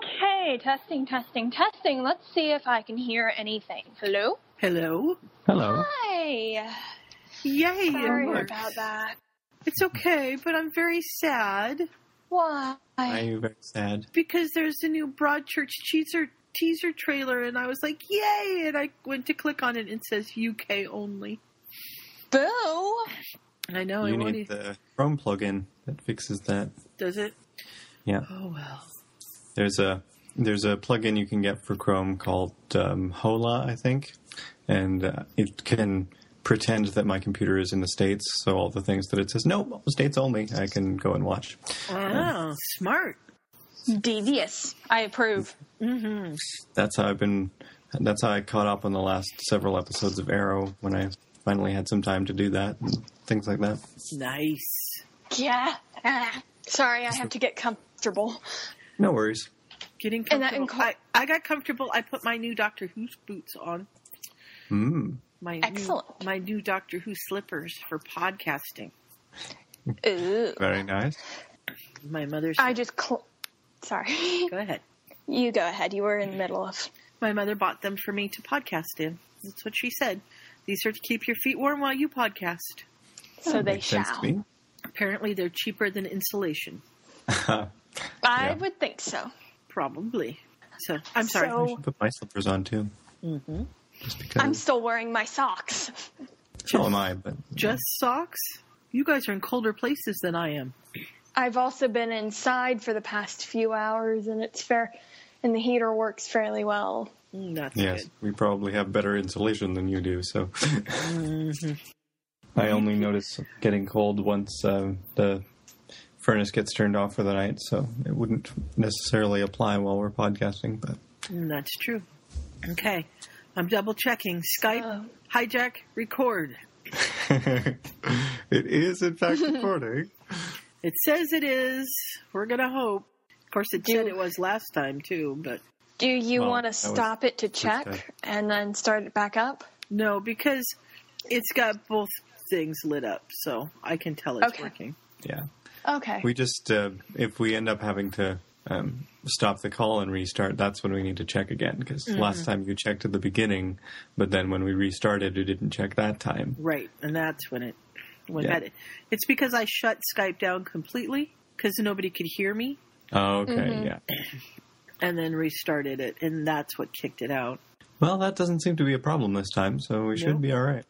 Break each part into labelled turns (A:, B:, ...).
A: Okay, testing, testing, testing. Let's see if I can hear anything. Hello?
B: Hello.
C: Hello.
A: Hi.
B: Yay!
A: Sorry
B: it worked.
A: about that.
B: It's okay, but I'm very sad
A: Why?
C: Are you very sad?
B: because there's a new Broadchurch teaser teaser trailer, and I was like, yay! And I went to click on it, and it says UK only.
A: Boo!
B: I know
C: you
B: it won't
C: need
B: e-
C: the Chrome plugin that fixes that.
B: does it.
C: Yeah.
B: Oh well.
C: There's a there's a plugin you can get for Chrome called um, Hola, I think, and uh, it can pretend that my computer is in the states. So all the things that it says, nope, states only, I can go and watch.
B: Wow, Oh, smart.
A: Devious. I approve.
C: That's how I've been. That's how I caught up on the last several episodes of Arrow when I finally had some time to do that and things like that.
B: Nice.
A: Yeah. Ah. Sorry, I have to get comfortable.
C: No worries.
B: Getting
A: And that
B: comfortable. I,
A: inco-
B: I got comfortable. I put my new Doctor Who's boots on.
C: Mm.
B: My
A: Excellent.
B: New, my new Doctor Who slippers for podcasting.
A: Ooh.
C: Very nice.
B: My mother's.
A: I just. Cl- Sorry.
B: go ahead.
A: You go ahead. You were in the middle of.
B: My mother bought them for me to podcast in. That's what she said. These are to keep your feet warm while you podcast.
A: So they
C: Makes sense
A: shall.
C: to me.
B: Apparently, they're cheaper than insulation.
A: I
C: Yeah.
A: would think so.
B: Probably. So I'm sorry.
A: So-
C: I should put my slippers on too. Mm-hmm. Just because.
A: I'm still wearing my socks.
C: so am I, but
B: Just socks. You guys are in colder places than I am.
A: I've also been inside for the past few hours, and it's fair, and the heater works fairly well.
B: Mm, That's
C: yes,
B: good.
C: we probably have better insulation than you do. So Mm-hmm. I only notice getting cold once uh, the furnace gets turned off for the night, so it wouldn't necessarily apply while we're podcasting. But
B: Mm, That's true. Okay, I'm double checking. Skype, hijack, record.
C: it is in fact recording.
B: It says it is. We're gonna hope. Of course, it said it was last time too, but
A: Do you
C: Well,
A: want
C: that
A: to
C: was
A: stop it to check
C: step.
A: and then start it back up?
B: no, because it's got both things lit up, so I can tell it's
A: Okay.
B: working.
C: yeah,
A: Okay.
C: we just uh, if we end up having to. Um, stop the call and restart. That's when we need to check again because last time you checked at the beginning, but then when we restarted, you didn't check that time.
B: Right, and that's when it when
C: Yeah.
B: that it's because I shut Skype down completely because nobody could hear me,
C: Oh, okay, yeah.
B: and then restarted it, and that's what kicked it out.
C: Well, that doesn't seem to be a problem this time, so we
B: No.
C: should be all right.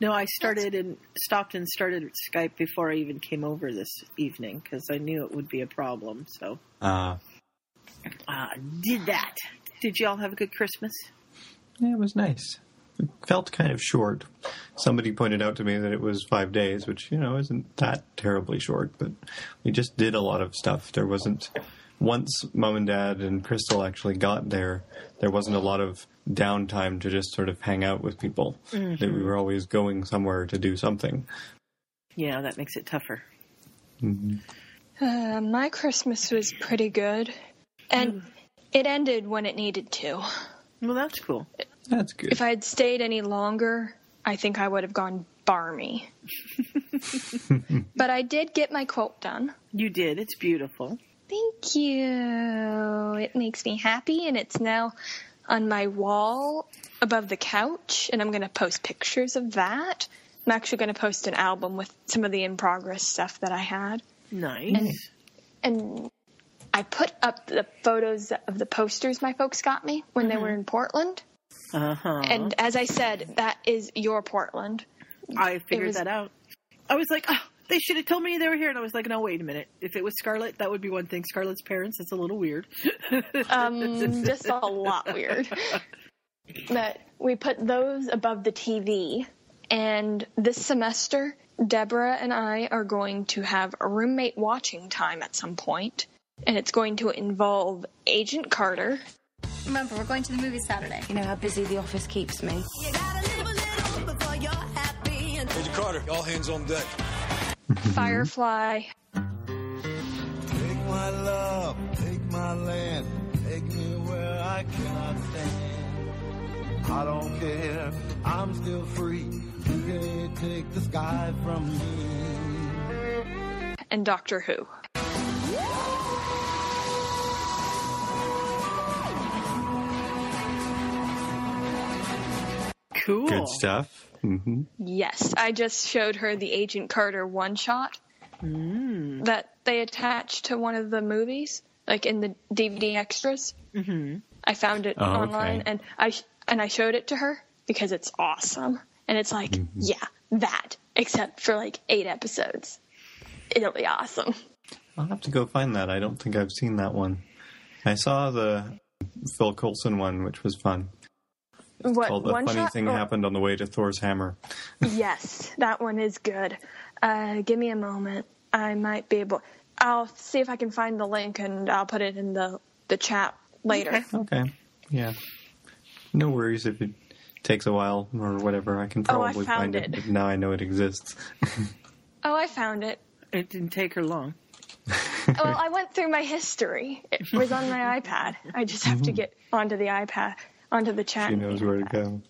B: No, I started and stopped and started Skype before I even came over this evening because I knew it would be a problem. So
C: Uh,
B: uh, did that. Did y'all have a good Christmas?
C: yeah, it was nice. It felt kind of short. Somebody pointed out to me that it was five days, which, you know, isn't that terribly short, but we just did a lot of stuff. There wasn't, once mom and dad and Crystal actually got there, there wasn't a lot of downtime to just sort of hang out with people. That we were always going somewhere to do something.
B: Yeah, that makes it tougher.
A: Uh, my Christmas was pretty good, and
C: Mm.
A: it ended when it needed to.
B: Well, that's cool.
C: That's good.
A: If I had stayed any longer, I think I would have gone barmy. but I did get my quote done.
B: You did. It's beautiful.
A: Thank you. It makes me happy, and it's now on my wall above the couch, and I'm going to post pictures of that. I'm actually going to post an album with some of the in progress stuff that I had.
B: Nice.
A: And I put up the photos of the posters my folks got me when they were in Portland.
B: Uh huh.
A: And as I said, that is your Portland.
B: I figured
A: was-
B: that out. I was like, oh, they should have told me they were here. And I was like, no, wait a minute. If it was Scarlett, that would be one thing. Scarlett's parents, that's a little weird.
A: um, just a lot weird. But we put those above the TV. And this semester, Deborah and I are going to have a roommate watching time at some point, And it's going to involve Agent Carter.
D: Remember, we're going to the movies Saturday.
E: You know how busy the office keeps me.
F: Major Carter, all hands on deck.
A: Firefly,
F: Take my love, take my land, take me where I cannot stand. I don't care, I'm still free. You can't take the sky from me.
A: and Doctor Who.
B: Cool.
C: Good stuff. hmm
A: Yes, I just showed her the Agent Carter one shot that they attached to one of the movies, like in the DVD extras. Mm-hmm. I found it
C: Oh, okay.
A: online and I sh- and I showed it to her because it's awesome and it's like
C: Mm-hmm.
A: yeah that except for like eight episodes, it'll be awesome.
C: I'll have to go find that. I don't think I've seen that one. I saw the Phil Coulson one, which was fun.
A: what
C: Called the
A: one
C: funny
A: shot?
C: thing
A: or-
C: happened on the way to Thor's hammer.
A: Yes, that one is good. Uh, give me a moment. I might be able. I'll see if I can find the link and I'll put it in the the chat later.
B: Okay.
C: Okay. Yeah. No worries if it takes a while or whatever. I can
A: Oh, I
C: probably
A: found
C: find it.
A: it.
C: but now I know it exists.
A: Oh, I found it. Oh,
B: It didn't take her long.
A: Well, I went through my history. It was on my iPad. I just have to get onto the iPad, onto the chat.
C: She knows where to go.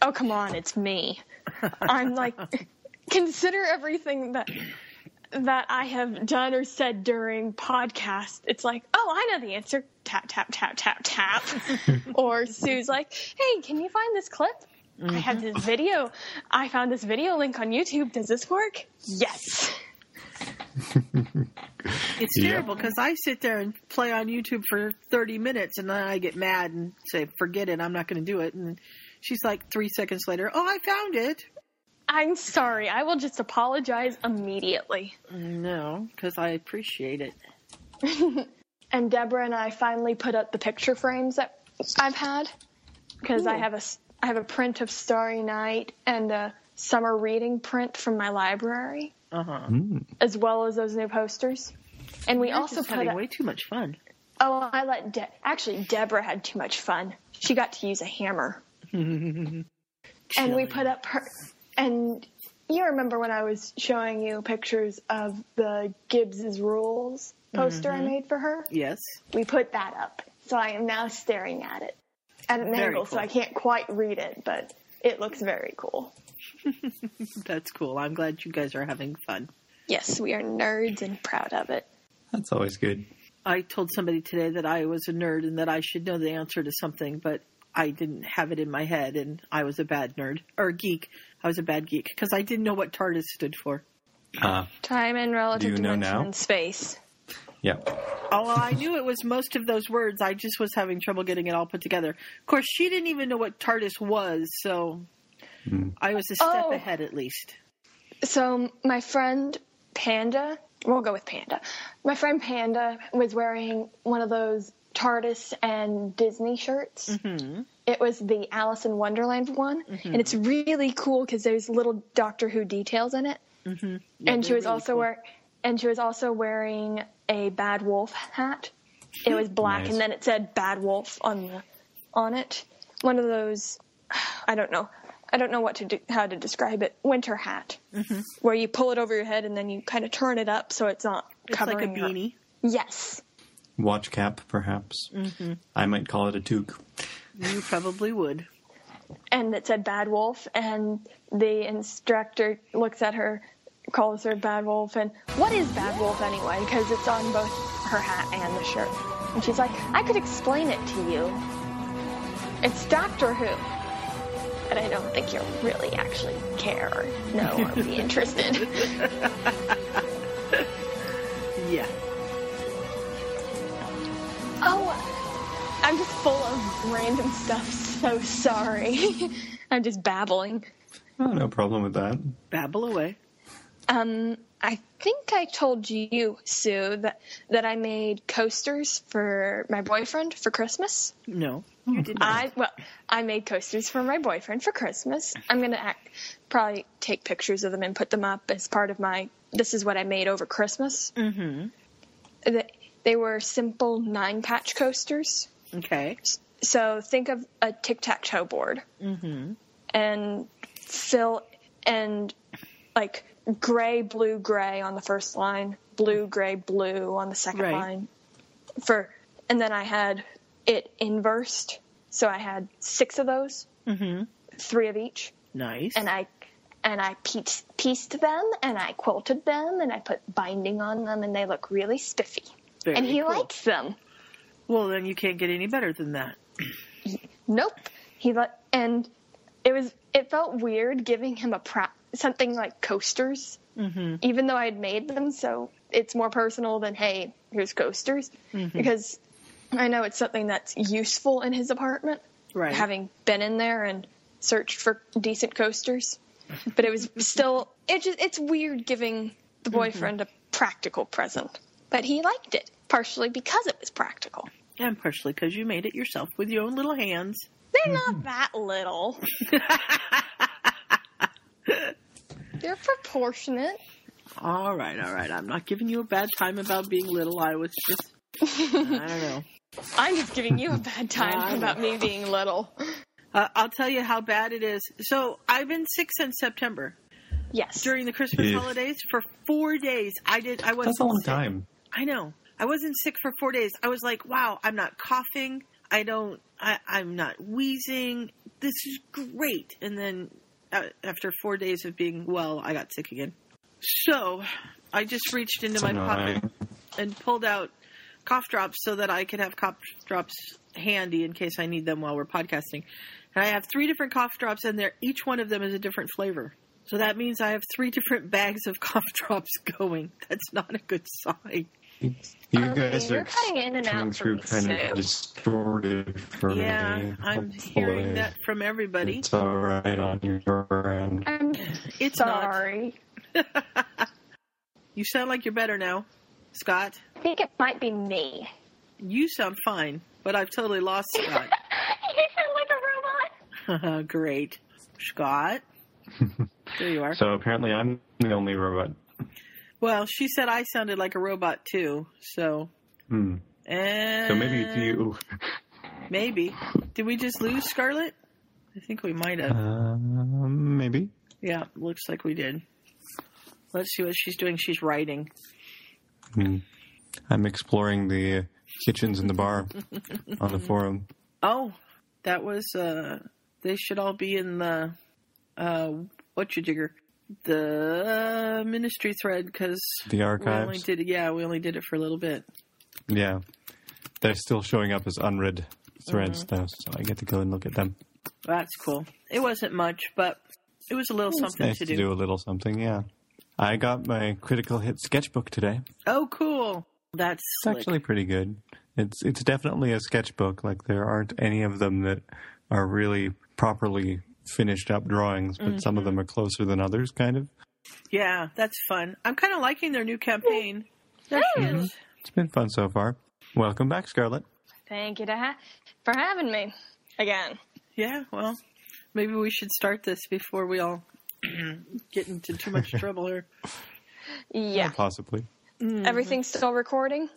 A: Oh, come on, it's me. I'm like, consider everything that that I have done or said during podcast. It's like, oh, I know the answer. Tap tap tap tap tap. or Sue's like, hey, can you find this clip? I have this video. I found this video link on YouTube. Does this work? Yes.
B: It's
C: Yeah.
B: terrible because I sit there and play on YouTube for 30 minutes and then I get mad and say, forget it, I'm not going to do it. And she's like, three seconds later, oh, I found it.
A: I'm sorry. I will just apologize immediately.
B: No, because I appreciate it.
A: and Deborah and I finally put up the picture frames that I've had because I have a s- I have a print of Starry Night and a summer reading print from my library,
B: Uh huh.
A: as well as those new posters. And we also
B: Just
A: put
B: having
A: up,
B: way too much fun.
A: oh I let De- actually Deborah had too much fun. She got to use a hammer, and we put up her and. You remember when I was showing you pictures of the Gibbs's Rules poster
B: Mm-hmm.
A: I made for her?
B: Yes.
A: we put that up. So I am now staring at it at an
B: Very
A: angle, so
B: cool.
A: I can't quite read it, but it looks very cool.
B: That's cool. I'm glad you guys are having fun.
A: Yes, we are nerds and proud of it.
C: That's always good.
B: I told somebody today that I was a nerd and that I should know the answer to something, but I didn't have it in my head and I was a bad nerd or geek. I was a bad geek because I didn't know what TARDIS stood for.
C: Ah,
A: Time and relative
C: Do you know
A: dimension
C: now?
A: and space.
C: yeah.
B: Oh, well, I knew it was most of those words. I just was having trouble getting it all put together. Of course, she didn't even know what TARDIS was, so I was a step
A: Oh.
B: ahead at least.
A: So my friend Panda, we'll go with Panda. My friend Panda was wearing one of those TARDIS and Disney shirts.
B: Mm-hmm.
A: It was the Alice in Wonderland one, and it's really cool because there's little Doctor Who details in it. and she
B: they're
A: was
B: Mm-hmm. really
A: also
B: cool.
A: wear, and she was also wearing a Bad Wolf hat. It was black,
C: Nice.
A: and then it said Bad Wolf on the on it. One of those, I don't know, I don't know what to do, how to describe it. Winter hat,
B: Mm-hmm.
A: where you pull it over your head and then you kind of turn it up so it's not
B: It's like a
A: covering your-
B: beanie.
A: Yes,
C: Watch cap, perhaps.
A: Mm-hmm.
C: I might call it a toque.
B: You probably would.
A: and it said Bad Wolf, and the instructor looks at her, calls her Bad Wolf, and what is Bad Wolf anyway? Because it's on both her hat and the shirt. And she's like, I could explain it to you. It's Doctor Who. But I don't think you really actually care or know or be interested.
B: Yeah.
A: Oh, I'm just full of random stuff. So sorry. I'm just babbling.
C: Oh, no problem with that.
B: Babble away.
A: Um, I think I told you, Sue, that that I made coasters for my boyfriend for Christmas.
B: No, you did not.
A: I well, I made coasters for my boyfriend for Christmas. I'm gonna act, probably take pictures of them and put them up as part of my. This is what I made over Christmas. Mm-hmm. They, they were simple nine patch coasters.
B: Okay.
A: So think of a tic tac toe board, mm-hmm. and fill and like gray, blue, gray on the first line, blue, gray, blue on the second
B: Right.
A: line. For and then I had it inversed, so I had six of those, mm-hmm. three of each,
B: Nice.
A: and I and I pieced, pieced them and I quilted them and I put binding on them and they look really spiffy.
B: Very
A: and he
B: cool.
A: likes them.
B: Well, then you can't get any better than that.
A: Nope. He let and it was it felt weird giving him a prop something like coasters even though i had made them so it's more personal than hey here's coasters because i know it's something that's useful in his apartment
B: Right.
A: having been in there and searched for decent coasters but it was still it just it's weird giving the boyfriend a practical present but he liked it partially because it was practical
B: And partially because you made it yourself with your own little hands.
A: they're not that little they're proportionate
B: All right, all right. I'm not giving you a bad time about being little. I was just, I don't know.
A: i'm just giving you a bad time about me being little
B: Uh, I'll tell you how bad it is. So I've been sick since September
A: yes
B: during the Christmas
C: Yeah.
B: holidays for four days. I did. I was
C: That's a long time.
B: I know. I wasn't sick for four days. I was like, wow, I'm not coughing. I don't. I, I'm not wheezing. This is great. And then uh, after four days of being well, I got sick again. So I just reached into my pocket
C: Annoying.
B: and pulled out cough drops so that I could have cough drops handy in case I need them while we're podcasting. And I have three different cough drops, and they're, each one of them is a different flavor. So that means I have three different bags of cough drops going. That's not a good sign.
C: You
A: Okay,
C: guys
A: you're
C: are
A: cutting in and out
C: coming
A: for
C: through
A: me,
C: kind
A: Sue.
C: of distorted for me.
B: Yeah, I'm hearing
C: Hopefully
B: that from everybody.
C: It's all right on your end.
A: i'm
B: It's not.
A: sorry
B: You sound like you're better now, Scott.
A: i think it might be me
B: You sound fine, but I've totally lost Scott.
A: you sound like a robot
B: Great, Scott. there you are.
C: So apparently, I'm the only robot.
B: Well, she said I sounded like a robot too, so.
C: Hmm.
B: And
C: So maybe it's you.
B: Maybe. Did we just lose Scarlet? I think we might have.
C: Um, maybe.
B: Yeah, looks like we did. Let's see what she's doing. She's writing.
C: I'm exploring the kitchens in the bar on the forum.
B: Oh, that was. uh They should all be in the. uh What you digger? The ministry thread because
C: The
B: we only
C: archives.
B: did it. Yeah, we only did it for a little bit.
C: Yeah. They're still showing up as unread threads, though, so I get to go and look at them.
B: That's cool. It wasn't much, but it was a little something
C: nice
B: to
C: to,
B: do.
C: do a little something, yeah. I got my critical hit sketchbook today.
B: Oh, cool. That's
C: It's actually pretty good. It's it's definitely a sketchbook. Like there aren't any of them that are really properly finished up drawings, but some of them are closer than others, kind of.
B: Yeah, that's fun. I'm kind of liking their new campaign. There she is.
C: It's been fun so far. Welcome back, Scarlett.
A: thank you to ha- for having me again
B: Yeah, well, maybe we should start this before we all get into too much trouble here.
A: yeah
C: Possibly.
A: everything's still recording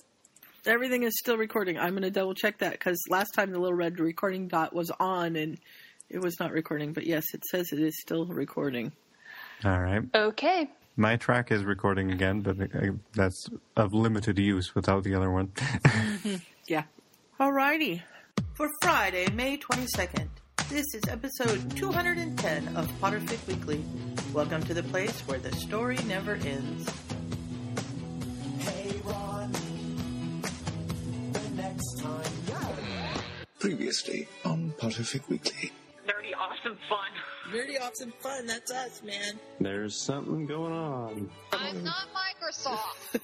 B: Everything is still recording. I'm going to double check that because last time the little red recording dot was on and it was not recording. But yes, it says it is still recording.
C: All right.
A: okay
C: My track is recording again, but uh, that's of limited use without the other one.
B: Yeah. Alrighty. For Friday, May 22nd, this is episode 210 of Potterfic Weekly. Welcome to the place where the story never ends.
G: Previously on Potterfic Weekly.
H: nerdy, awesome fun.
B: Nerdy awesome fun, that's us, man.
C: There's something going on.
I: I'm not Microsoft.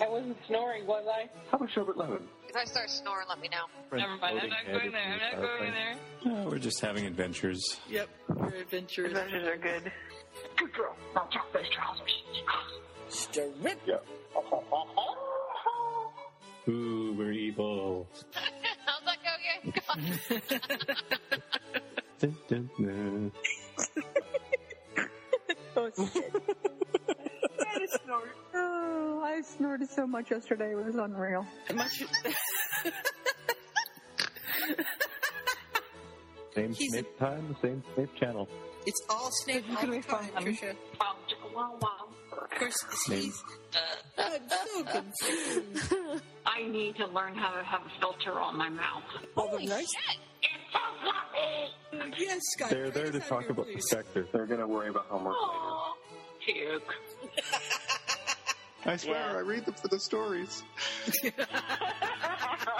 H: I wasn't snoring, was I?
G: How about Sherbert Levin?
I: If I start snoring, let me know.
H: Never mind. I'm not going there. I'm not going there.
C: Uh, we're just having adventures.
B: Yep, we're adventurous.
H: Adventures are good. Good girl. Now drop those trousers.
B: Strip.
C: Ooh, we're evil.
I: How's that go again?
C: Dun, dun, dun.
J: Oh, I snorted so much yesterday. It was unreal.
B: Much-
C: Same
B: He's-
C: Snape time, same Snape channel.
B: it's all Snape all the time, Trisha.
H: Wow, wow, wow.
B: Of course, he's... I'm so confused.
H: I need to learn how to have a filter on my mouth.
I: Holy shit!
H: It's so fluffy.
B: Yes, Scott.
C: They're there to talk about the sector.
G: They're going to worry about homework later.
H: Oh, puke.
G: I swear, I read them for the stories.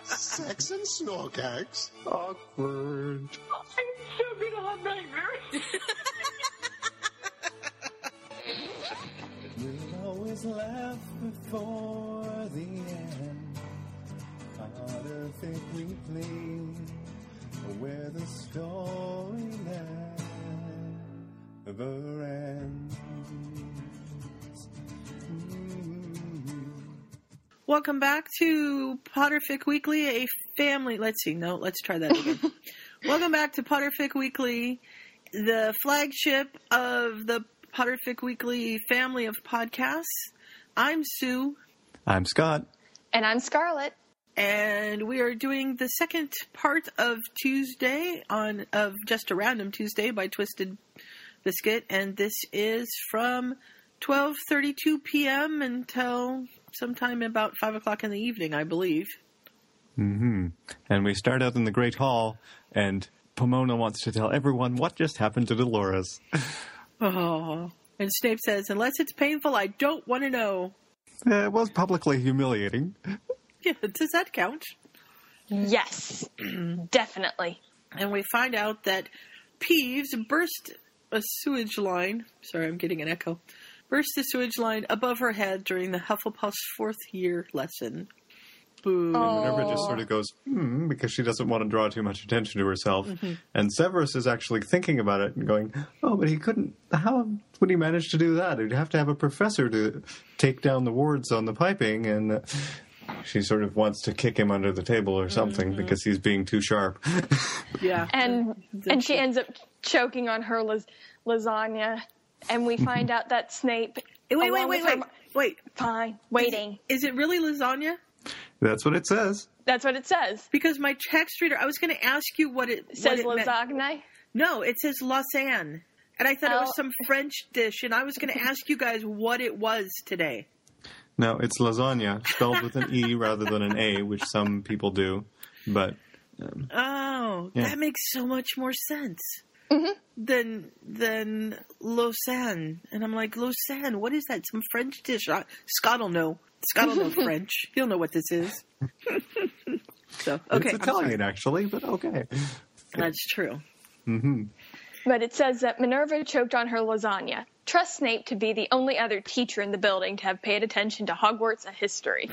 F: Sex and snorkax. Awkward.
I: I'm so gonna have nightmares.
F: We'll always laugh before the end. Potterfic Weekly, where the story never ends. Mm.
B: Welcome back to Potterfic Weekly, a family. Let's see. No, let's try that again. Welcome back to Potterfic Weekly, the flagship of the Potterfic Weekly family of podcasts. I'm Sue,
C: I'm Scott.
A: And I'm Scarlett.
B: and we are doing the second part of Tuesday on of just a random Tuesday by Twisted Biscuit, and this is from twelve thirty two p.m. until sometime about five o'clock in the evening, I believe.
C: And we start out in the Great Hall, and Pomona wants to tell everyone what just happened to Dolores.
B: Oh, and Snape says, "Unless it's painful, I don't want to know."
C: Uh, it was publicly humiliating.
B: Yeah, does that count?
A: Mm-hmm. Yes, definitely.
B: and we find out that Peeves burst a sewage line. Sorry, I'm getting an echo. Burst the sewage line above her head during the Hufflepuff's fourth year lesson. Boo.
A: Oh,
C: Minerva just sort of goes, hmm, because she doesn't want to draw too much attention to herself. And Severus is actually thinking about it and going, oh, but he couldn't, how would he manage to do that? He'd have to have a professor to take down the wards on the piping. And uh, she sort of wants to kick him under the table or something because he's being too sharp.
B: Yeah.
A: And and she ends up choking on her las- lasagna, and we find out that Snape.
B: wait, wait, wait,
A: along with her
B: wait,
A: mo-
B: wait.
A: Fine, waiting.
B: Is it really lasagna?
C: That's what it says.
A: That's what it says.
B: Because my text reader, I was going to ask you what it
A: It says
B: what it meant.
A: lasagna.
B: No, it says Lausanne. And I thought it was
A: Oh.
B: some French dish, and I was going to ask you guys what it was today.
C: No, it's lasagna, spelled with an E rather than an A, which some people do. But
B: Oh,
C: Yeah.
B: that makes so much more sense
A: Mm-hmm.
B: than than Lausanne. And I'm like, Lausanne, what is that? Some French dish? I, Scott'll know. Scott'll know French. He'll know what this is. so okay, I'm
C: it's
B: sorry.
C: Italian, actually, but okay.
B: that's true.
A: But it says that Minerva choked on her lasagna. Trust Snape to be the only other teacher in the building to have paid attention to Hogwarts and history.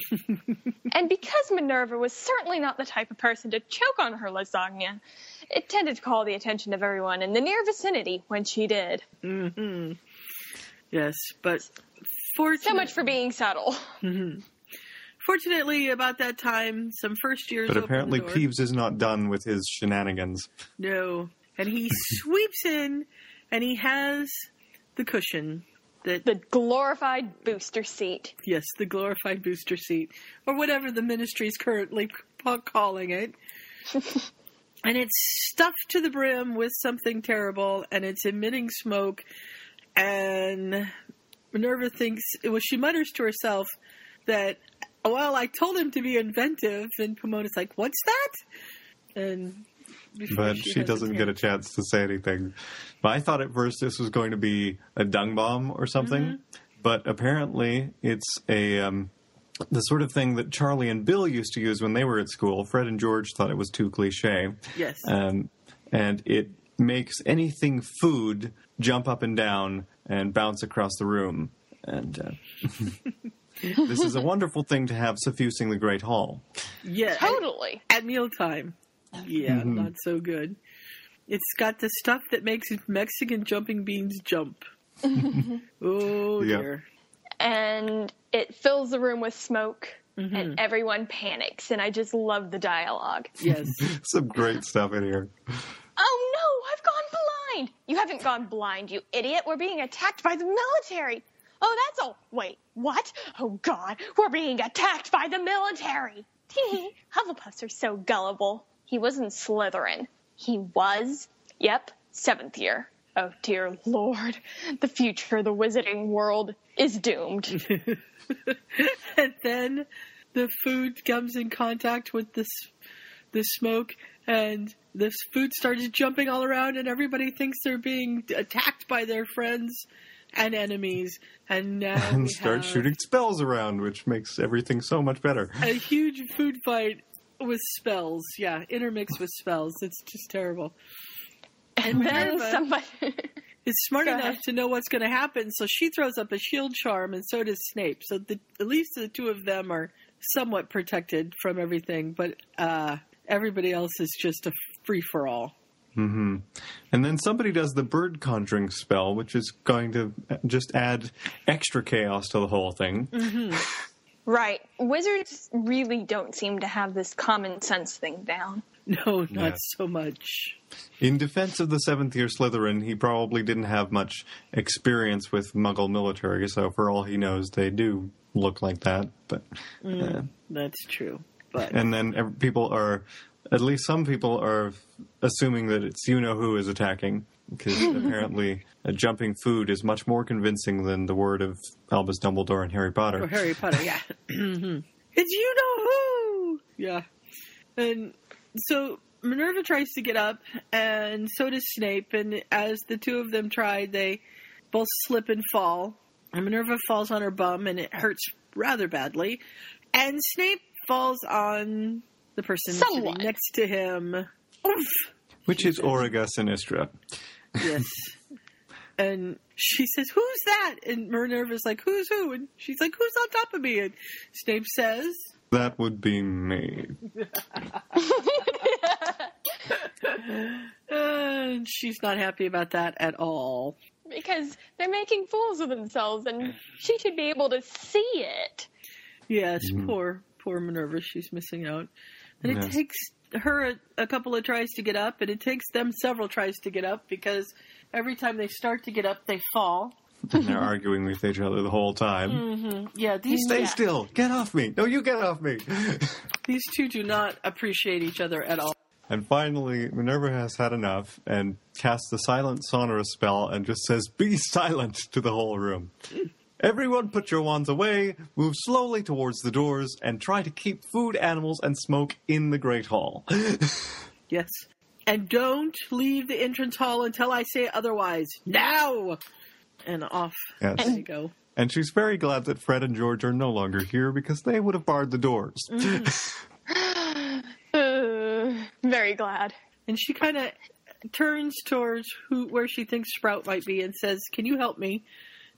A: and because Minerva was certainly not the type of person to choke on her lasagna, it tended to call the attention of everyone in the near vicinity when she did.
B: Yes, but
A: So
B: fortunately,
A: much for being subtle.
B: fortunately, about that time, some first years.
C: But
B: opened the
C: apparently,
B: door.
C: Peeves is not done with his shenanigans.
B: No. And he sweeps in and he has the cushion that,
A: The glorified booster seat.
B: yes, the glorified booster seat or whatever the ministry's currently c- calling it. and it's stuffed to the brim with something terrible and it's emitting smoke. And Minerva thinks, well, she mutters to herself that, well, I told him to be inventive. And Pomona's like, what's that? And before
C: But she
B: has
C: doesn't get
B: chance-
C: a chance to say anything. But I thought at first this was going to be a dung bomb or something, but apparently it's a um, the sort of thing that Charlie and Bill used to use when they were at school. Fred and George thought it was too cliche.
B: Yes.
C: um, and it makes anything food jump up and down and bounce across the room. And uh, this is a wonderful thing to have suffusing the Great Hall.
B: Yeah. and-
A: Totally.
B: at mealtime. Yeah,
C: Mm-hmm.
B: not so good. It's got the stuff that makes Mexican jumping beans jump. oh
C: Yeah.
B: dear.
A: And it fills the room with smoke,
B: Mm-hmm.
A: and everyone panics. And I just love the dialogue.
B: Yes.
C: Some great stuff in here.
A: Oh no, I've gone blind. You haven't gone blind, you idiot. We're being attacked by the military. Oh, that's all. Wait, what? Oh god, we're being attacked by the military. Tee Hufflepuffs are so gullible. He was in Slytherin. He was? Yep, seventh year. Oh dear lord, the future of the wizarding world is doomed.
B: and then the food comes in contact with this the smoke and this food starts jumping all around and everybody thinks they're being attacked by their friends and enemies and now we
C: And start
B: have
C: shooting spells around, which makes everything so much better.
B: a huge food fight with spells. Yeah, intermixed with spells. It's just terrible.
A: And then
B: Minerva-
A: somebody.
B: is smart
A: Go
B: enough
A: ahead.
B: to know what's going to happen, so she throws up a shield charm, and so does Snape. So the, at least the two of them are somewhat protected from everything, but uh, everybody else is just a free for all.
C: And then somebody does the bird conjuring spell, which is going to just add extra chaos to the whole thing.
B: Mm-hmm.
A: right. Wizards really don't seem to have this common sense thing down.
B: No, not
C: Yeah.
B: so much.
C: In defense of the seventh year Slytherin, he probably didn't have much experience with Muggle military, so for all he knows, they do look like that. But uh,
B: Mm. That's true. But
C: and then ev- people are, at least some people are assuming that it's you know who is attacking because apparently uh, jumping food is much more convincing than the word of Albus Dumbledore and Harry Potter.
B: or Harry Potter, yeah. Mhm. it's you know who. Yeah. And so Minerva tries to get up, and so does Snape. And as the two of them try, they both slip and fall. And Minerva falls on her bum, and it hurts rather badly. And Snape falls on the person sitting
A: Someone.
B: next to him. Oof.
C: Which is Auriga Sinistra.
B: Yes. and she says, Who's that? And Minerva's like, Who's who? And she's like, Who's on top of me? And Snape says,
C: That would be me.
B: Uh, And she's not happy about that at all.
A: Because they're making fools of themselves, and she should be able to see it.
B: Yes, poor poor Minerva, she's missing out. And it
C: Mm-hmm. Yes.
B: takes her a, a couple of tries to get up, and it takes them several tries to get up because every time they start to get up, they fall.
C: And they're arguing with each other the whole time.
B: Yeah, these
C: Stay
B: yeah,
C: still. Get off me. No, you get off me.
B: these two do not appreciate each other at all.
C: and finally, Minerva has had enough and casts the silent sonorous spell and just says, Be silent to the whole room. Everyone put your wands away, move slowly towards the doors, and try to keep food, animals, and smoke in the Great Hall.
B: Yes. And don't leave the entrance hall until I say otherwise. Now! And off
C: Yes.
B: they go.
C: And she's very glad that Fred and George are no longer here because they would have barred the doors.
A: Mm-hmm. Uh, very glad.
B: and she kind of turns towards who where she thinks Sprout might be and says, "Can you help me?"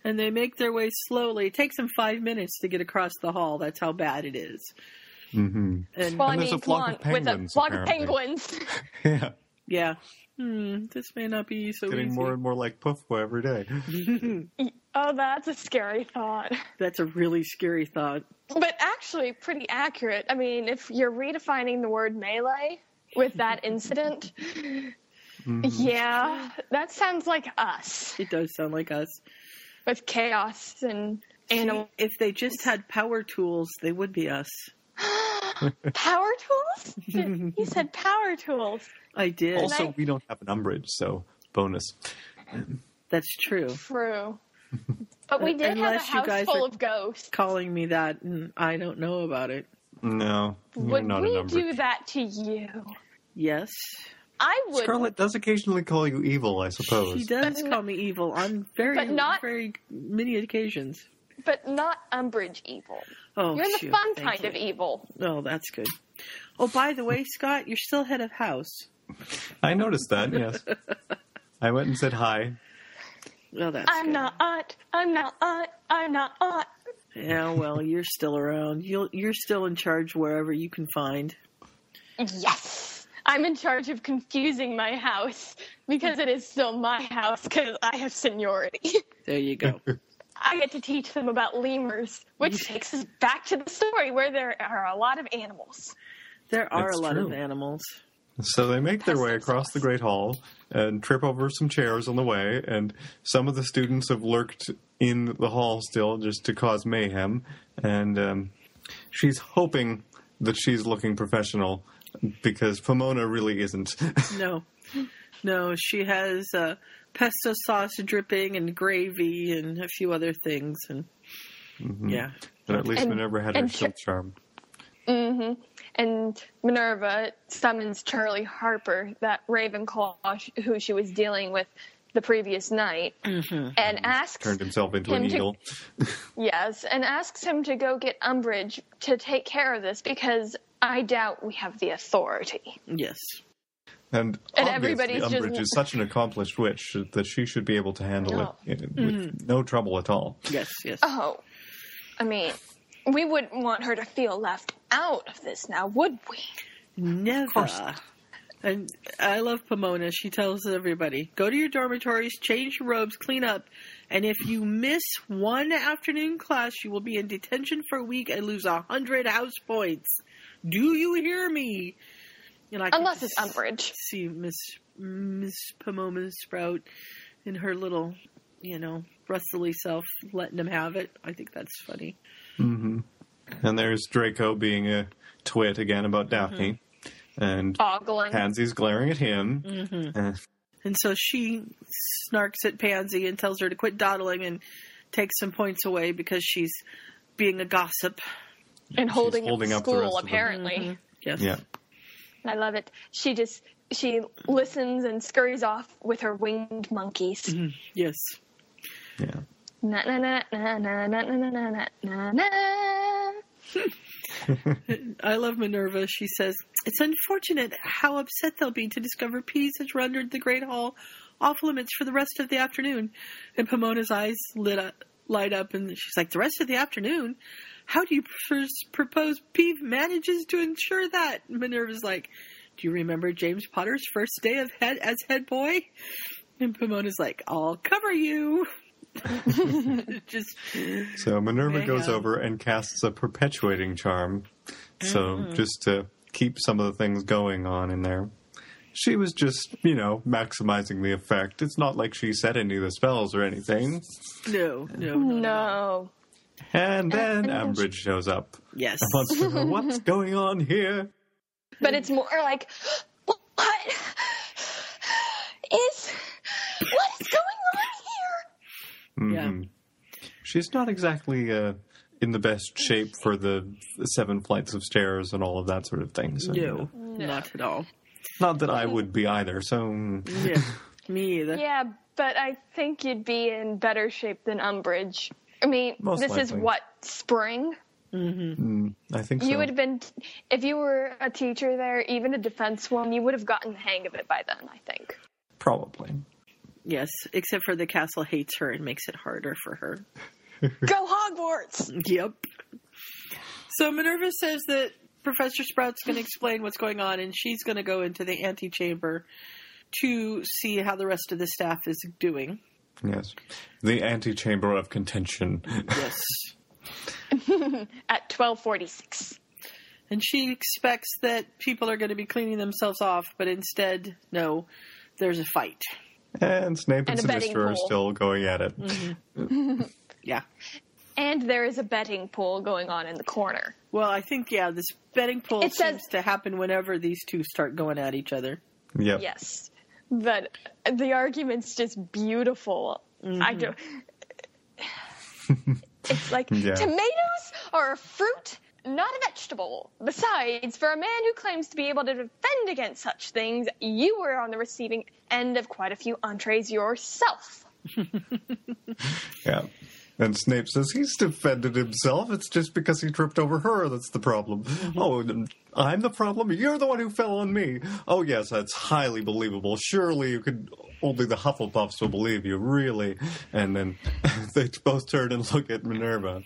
B: And they make their way slowly. It takes them five minutes to get across the hall. That's how bad it is. Mm-hmm. And
A: Well, I
C: And there's
A: mean,
C: a flock of
A: come on, with a
C: penguins,
A: flock
C: apparently.
A: of penguins.
B: yeah,
C: yeah.
B: hmm, this may not be so
C: Getting
B: easy.
C: more and more like Puffco every day.
A: oh, that's a scary thought.
B: That's a really scary thought.
A: But actually, pretty accurate. I mean, if you're redefining the word melee with that incident,
C: Mm-hmm.
A: yeah, that sounds like us
B: It does sound like us.
A: with chaos and animal
B: If they just had power tools, they would be us.
A: power tools. you said power tools.
B: I did.
C: Also,
A: I-
C: we don't have an umbrage, so bonus.
B: That's true.
A: True. But we did have a
B: Uh, Unless you
A: house
B: guys
A: full
B: are-
A: of ghosts.
B: Calling me that, and I don't know about it.
C: No, you're
A: Would
C: not an
A: we
C: umbrage.
A: do that to you?
B: Yes,
A: I would.
C: Scarlet does occasionally call you evil, I suppose.
B: she does call me evil on very,
A: But not-
B: very many occasions.
A: but not umbrage evil.
B: Oh,
A: You're the
B: shoot.
A: fun
B: Thank
A: kind
B: you.
A: of evil.
B: Oh, that's good. Oh, by the way, Scott, you're still head of house.
C: I noticed that, yes. I went and said hi.
B: Well, Oh, that's
A: I'm
B: good.
A: not aunt. I'm not aunt. I'm not aunt.
B: Yeah, well, you're still around. You'll, you're still in charge wherever you can find.
A: Yes. I'm in charge of confusing my house because it is still my house because I have seniority.
B: There you go.
A: I get to teach them about lemurs, which takes us back to the story where there are a lot of animals.
B: There are
C: That's
B: a lot of
C: true.
B: animals.
C: So they make their way across the Great Hall and trip over some chairs on the way, and some of the students have lurked in the hall still just to cause mayhem. And um, she's hoping that she's looking professional because Pomona really isn't.
B: No, no, she has uh, pesto sauce dripping and gravy and a few other things. And
C: Mm-hmm.
B: yeah,
C: but at least Minerva had her
A: and
C: shield charm.
A: And Minerva summons Charlie Harper, that Ravenclaw sh- who she was dealing with the previous night, and asks
C: Turned himself into an
A: him to-
C: eagle.
A: Yes, and asks him to go get Umbridge to take care of this because I doubt we have the authority.
B: Yes.
C: And,
A: And
C: obviously,
A: everybody's just-
C: Umbridge is such an accomplished witch that she should be able to handle
A: No.
C: it uh, with
A: Mm.
C: no trouble at all.
B: Yes, yes.
A: Oh, I mean, we wouldn't want her to feel left out of this now, would we?
B: Never. And I love Pomona. She tells everybody go to your dormitories, change your robes, clean up, and if you miss one afternoon class, you will be in detention for a week and lose a hundred house points. Do you hear me? And I can
A: Unless it's
B: s-
A: Umbridge.
B: See Miss Miss Pomona Sprout in her little, you know, rustily self, letting them have it. I think that's funny.
C: And there's Draco being a twit again about Daphne. And
A: Ogling.
C: Pansy's glaring at him. Uh,
B: And so she snarks at Pansy and tells her to quit dawdling and take some points away because she's being a gossip.
A: and holding,
C: holding
A: up
C: up the
A: school
C: rest of them.
A: apparently
B: Yes.
C: yeah.
A: i love it she just she listens and scurries off with her winged monkeys
C: Mm-hmm.
B: Yes.
C: Yeah.
A: na na na na na na na na na na na
B: I love Minerva. She says, It's unfortunate how upset they'll be to discover peace has rendered the Great Hall off limits for the rest of the afternoon. And Pomona's eyes lit up, light up, and she's like, The rest of the afternoon? How do you pers- propose Peeve manages to ensure that? Minerva's like, Do you remember James Potter's first day of head as head boy? And Pomona's like, I'll cover you. Just
C: So Minerva
B: Hang
C: goes
B: on.
C: over and casts a perpetuating charm. So just to keep some of the things going on in there. She was just, you know, maximizing the effect. It's not like she said any of the spells or anything.
B: no, no, no.
A: no
C: And then
A: and-
C: Ambridge shows up.
B: Yes.
C: and wants to know what's going on here.
A: but it's more like what is what is going on here
B: Yeah.
C: She's not exactly uh, in the best shape for the seven flights of stairs and all of that sort of thing. So, you
B: No,
C: know,
B: not at all.
C: not that I would be either. So mm,
B: Yeah, me either.
A: yeah but i think you'd be in better shape than umbridge i mean
C: Most
A: this is
C: likely.
A: what spring
C: I think so.
A: You would have been, if you were a teacher there, even a defense one, you would have gotten the hang of it by then, I think.
C: Probably.
B: Yes, except for the castle hates her and makes it harder for her.
A: Go Hogwarts!
B: Yep. So Minerva says that Professor Sprout's going to explain what's going on, and she's going to go into the antechamber to see how the rest of the staff is doing.
C: Yes. The antechamber of contention.
B: Yes.
A: At 1246.
B: And she expects that people are going to be cleaning themselves off, but instead, no, there's a fight.
C: and Snape and,
A: And a betting
C: Sinister are
A: pool. Mm-hmm.
C: still going at it.
B: Yeah.
A: And there is a betting pool going on in the corner.
B: Well, I think, yeah, this betting pool
A: It
B: seems
A: says-
B: to happen whenever these two start going at each other.
C: Yep.
A: Yes. But the argument's just beautiful. I don't. it's like
C: Yeah.
A: tomatoes are a fruit, not a vegetable. Besides, for a man who claims to be able to defend against such things, you were on the receiving end of quite a few entrees yourself.
C: Yeah. And Snape says he's defended himself. It's just because he tripped over her that's the problem. Oh, then I'm the problem? You're the one who fell on me. Oh, yes, that's highly believable. Surely you could. Only the Hufflepuffs will believe you, really. And then they both turn and look at Minerva.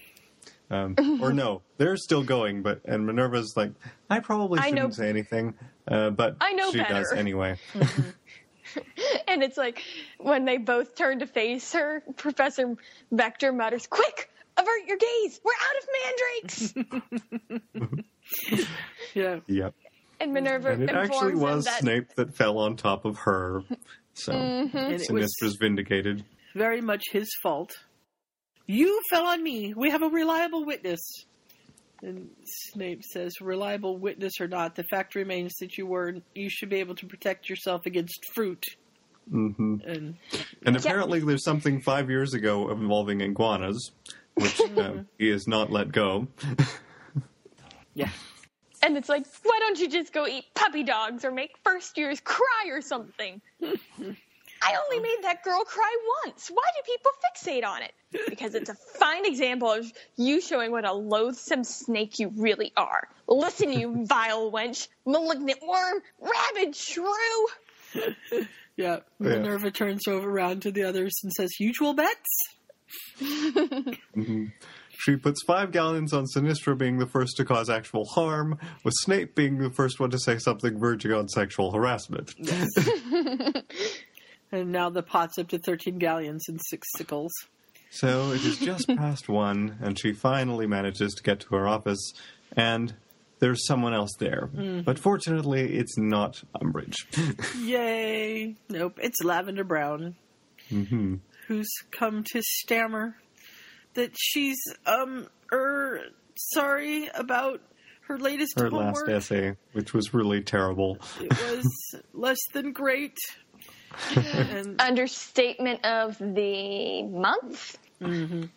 C: Um, or no, they're still going, but and Minerva's like, I probably
A: I
C: shouldn't
A: know-
C: say anything, uh, but
A: I know
C: she does
A: better.
C: anyway.
A: And it's like when they both turn to face her, Professor Vector mutters, Quick, avert your gaze. We're out of mandrakes.
B: Yeah.
C: Yep.
A: And Minerva
C: And it
A: informs
C: actually was
A: him that Mm-hmm.
C: Snape that fell on top of her. So
B: And it was
C: Sinister's vindicated.
B: very much his fault. You fell on me. We have a reliable witness. And Snape says, "Reliable witness or not, the fact remains that you were. You should be able to protect yourself against fruit." Mm-hmm. And
C: And apparently there's something five years ago involving iguanas, which um, he has not let go.
B: yeah,
A: And it's like, why don't you just go eat puppy dogs or make first years cry or something? I only made that girl cry once. Why do people fixate on it? Because it's a fine example of you showing what a loathsome snake you really are. Listen, you vile wench, malignant worm, rabid shrew.
B: Yeah. Minerva turns over around to the others and says, "Usual bets."
C: She puts five gallons on Sinistra being the first to cause actual harm, with Snape being the first one to say something verging on sexual harassment.
B: And now the pot's up to thirteen galleons and six sickles.
C: So it is just past one, and she finally manages to get to her office, and there's someone else there.
B: Mm.
C: But fortunately, it's not Umbridge.
B: Yay! Nope, it's Lavender Brown,
C: Mm-hmm.
B: who's come to stammer that she's um er sorry about her latest
C: her last
B: homework.
C: essay, which was really terrible.
B: It was less than great. and
A: Understatement of the month.
B: I mean,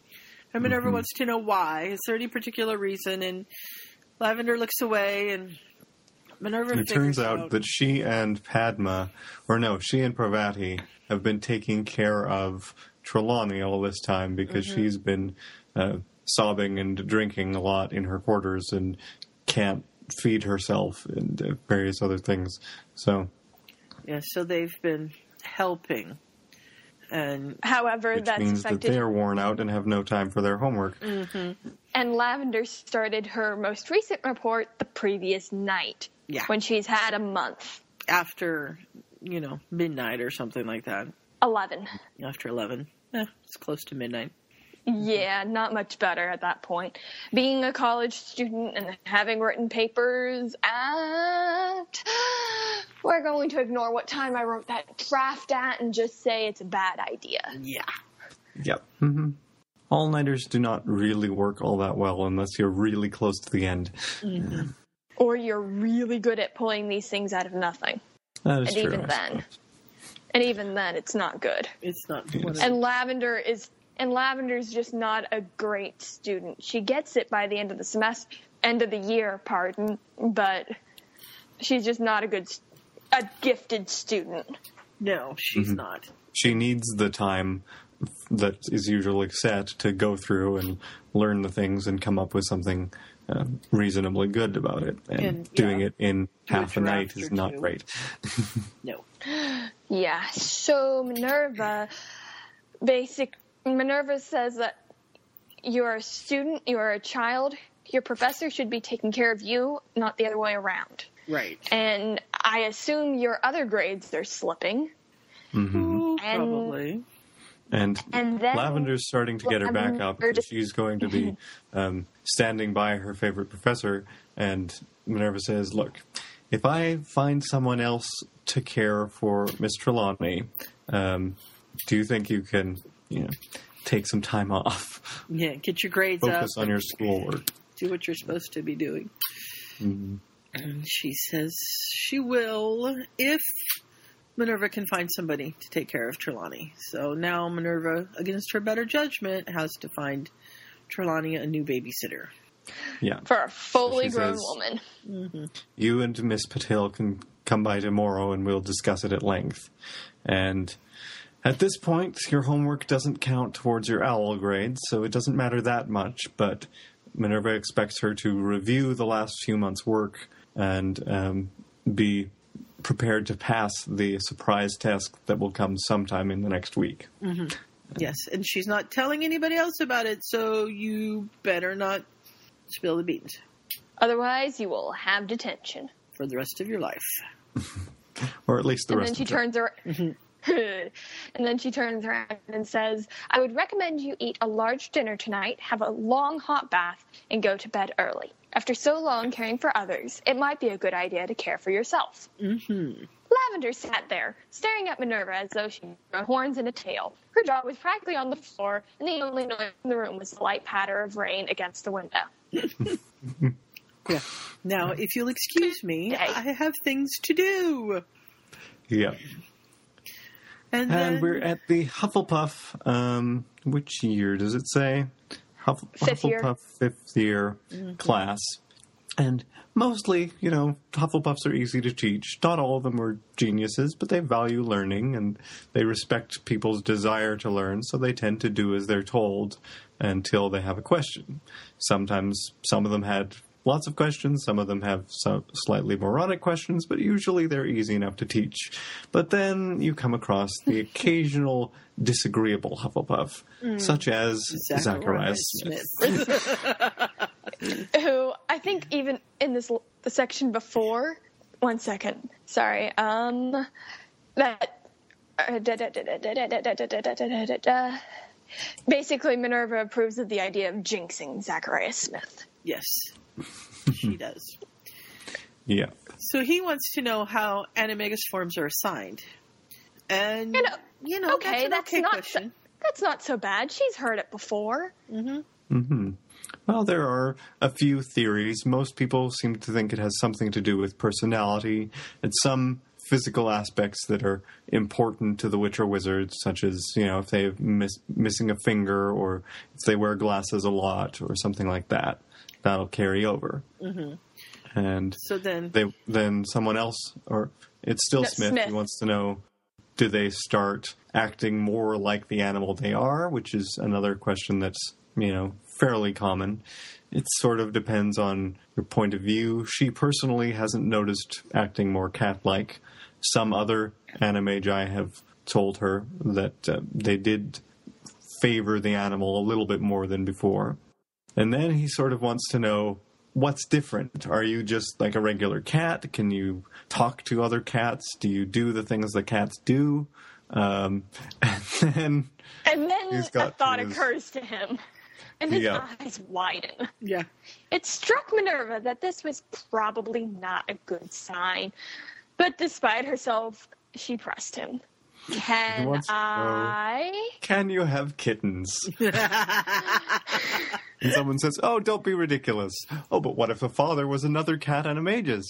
B: everyone wants to know why. Is there any particular reason? And Lavender looks away, and Minerva.
C: It
B: figures
C: turns out that she and Padma, or no, she and Pravati have been taking care of Trelawney all this time because
A: Mm-hmm.
C: she's been uh, sobbing and drinking a lot in her quarters and can't feed herself and uh, various other things. So
B: yeah, so they've been helping, and
A: However,
C: which
A: that's
C: means that
A: affected Mm.
C: they are worn out and have no time for their homework.
A: And Lavender started her most recent report the previous night.
B: Yeah.
A: When she's had a month.
B: after you know midnight or something like that,
A: 11.
B: after eleven, eh, it's close to midnight.
A: Yeah, not much better at that point. Being a college student and having written papers at. We're going to ignore what time I wrote that draft at and just say it's a bad idea.
B: Yeah,
C: Yep. hmm All nighters do not really work all that well unless you're really close to the end.
A: Or you're really good at pulling these things out of nothing.
C: That is
A: And
C: true.
A: even
C: I
A: then.
C: suppose.
A: And even then, it's not good.
B: it's not. One of
A: and lavender is and lavender's just not a great student she gets it by the end of the semester end of the year pardon but she's just not a good s- a gifted student
B: no, she's not.
C: she needs the time that is usually set to go through and learn the things and come up with something uh, reasonably good about it. And,
B: And, yeah,
C: doing it in half a
B: draft
C: night is
B: or
C: not
B: two.
C: great.
B: No,
A: yeah so minerva basic minerva says that you're a student you're a child your professor should be taking care of you not the other way around
B: right?
A: and i assume your other grades are slipping And-
B: Probably.
C: And,
A: And then-
C: Lavender's starting to get her back up.
A: Lavender-
C: She's going to be um, standing by her favorite professor. And Minerva says, Look, if I find someone else to care for Miss Trelawney, um, do you think you can, you know, take some time off?
B: Yeah, get your grades up.
C: Focus on your schoolwork.
B: do what you're supposed to be doing. And she says she will if Minerva can find somebody to take care of Trelawney. So now Minerva, against her better judgment, has to find Trelawney a new babysitter.
C: Yeah.
A: for a fully
C: She
A: grown
C: says-
A: woman
C: you and Miss Patel can come by tomorrow and we'll discuss it at length. And at this point, your homework doesn't count towards your owl grade, so it doesn't matter that much, but Minerva expects her to review the last few months' work and um, be prepared to pass the surprise test that will come sometime in the next week.
B: Yes, and she's not telling anybody else about it, so you better not spill the beans
A: Otherwise, you will have detention.
B: for the rest of your life.
C: Or at least the
A: And
C: rest
A: then she
C: of the-
A: turns around. and then she turns around and says, "I would recommend you eat a large dinner tonight, have a long hot bath, and go to bed early. After so long caring for others, it might be a good idea to care for yourself." Mm-hmm. Lavender sat there, staring at Minerva as though she had horns and a tail. Her jaw was practically on the floor, and the only noise in the room was the light patter of rain against the window.
B: Yeah. Now, if you'll excuse me,
A: Yay.
B: I have things to do.
C: Yeah.
B: And,
C: And
B: then
C: we're at the Hufflepuff. Um, which year does it say? Huff-
A: Fifth
C: Hufflepuff
A: year.
C: fifth year class. And mostly, you know, Hufflepuffs are easy to teach. Not all of them are geniuses, but they value learning and they respect people's desire to learn, so they tend to do as they're told until they have a question. Sometimes some of them had lots of questions, some of them have some slightly moronic questions, but usually they're easy enough to teach. But then you come across the occasional disagreeable Hufflepuff, such as Hmm. Zacharias Smith.
A: who I think even in this l- the section before. One second, sorry. Um, that uh, da- da- da- da- da- da- da- da- da- da- da- da- da- da. basically Minerva approves of the idea of jinxing Zacharias Smith.
B: Yes, she does.
C: Yeah.
B: So he wants to know how animagus forms are assigned. And,
A: You know,
B: you know that's,
A: okay,
B: an
A: that's
B: okay
A: not
B: question.
A: So, that's not so bad. She's heard it before.
C: Well, there are a few theories. Most people seem to think it has something to do with personality and some physical aspects that are important to the witch or wizard, such as, you know, if they're miss, missing a finger or if they wear glasses a lot or something like that. That'll carry over. Mm-hmm. And
B: So then,
C: they then someone else or it's still
A: No,
C: Smith,
A: Smith.
C: who wants to know do they start acting more like the animal they are, which is another question that's, you know, fairly common. It sort of depends on your point of view. She personally hasn't noticed acting more cat like. Some other animagi have told her that uh, they did favor the animal a little bit more than before. And then he sort of wants to know what's different. Are you just like a regular cat? Can you talk to other cats? Do you do the things that cats do? Um, and then,
A: And then
C: He's
A: a
C: got
A: thought
C: his- uh,
A: occurs to him, and his
C: Yeah.
A: eyes widen.
B: yeah.
A: It struck Minerva that this was probably not a good sign, but despite herself, she pressed him.
C: He
A: Can
C: wants to know-
A: I?
C: can you have kittens? and someone says, "Oh, don't be ridiculous." Oh, but what if the father was another cat animagus?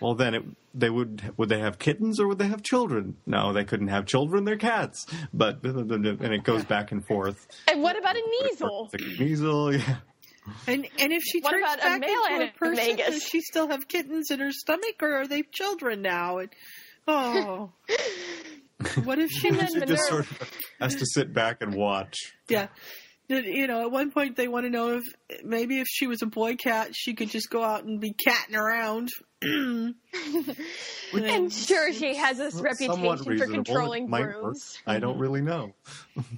C: Well, then it, they would would they have kittens or would they have children? No, they couldn't have children. They're cats. But and it goes back and forth.
A: And what about a measle?
C: It's like measle. Yeah.
B: And and if she
A: What
B: turns
A: about
B: back
A: a male
B: into a person,
A: animagus?
B: does she still have kittens in her stomach, or are they children now? And, oh, what if she?
A: then
C: She
A: Minerva-
C: just sort of has to sit back and watch.
B: yeah. Did- You know, at one point they want to know if maybe if she was a boy cat, she could just go out and be catting around.
A: And sure, she has this
C: Somewhat
A: reputation for
C: reasonable.
A: controlling
C: it might work.
A: rooms.
C: I don't really know.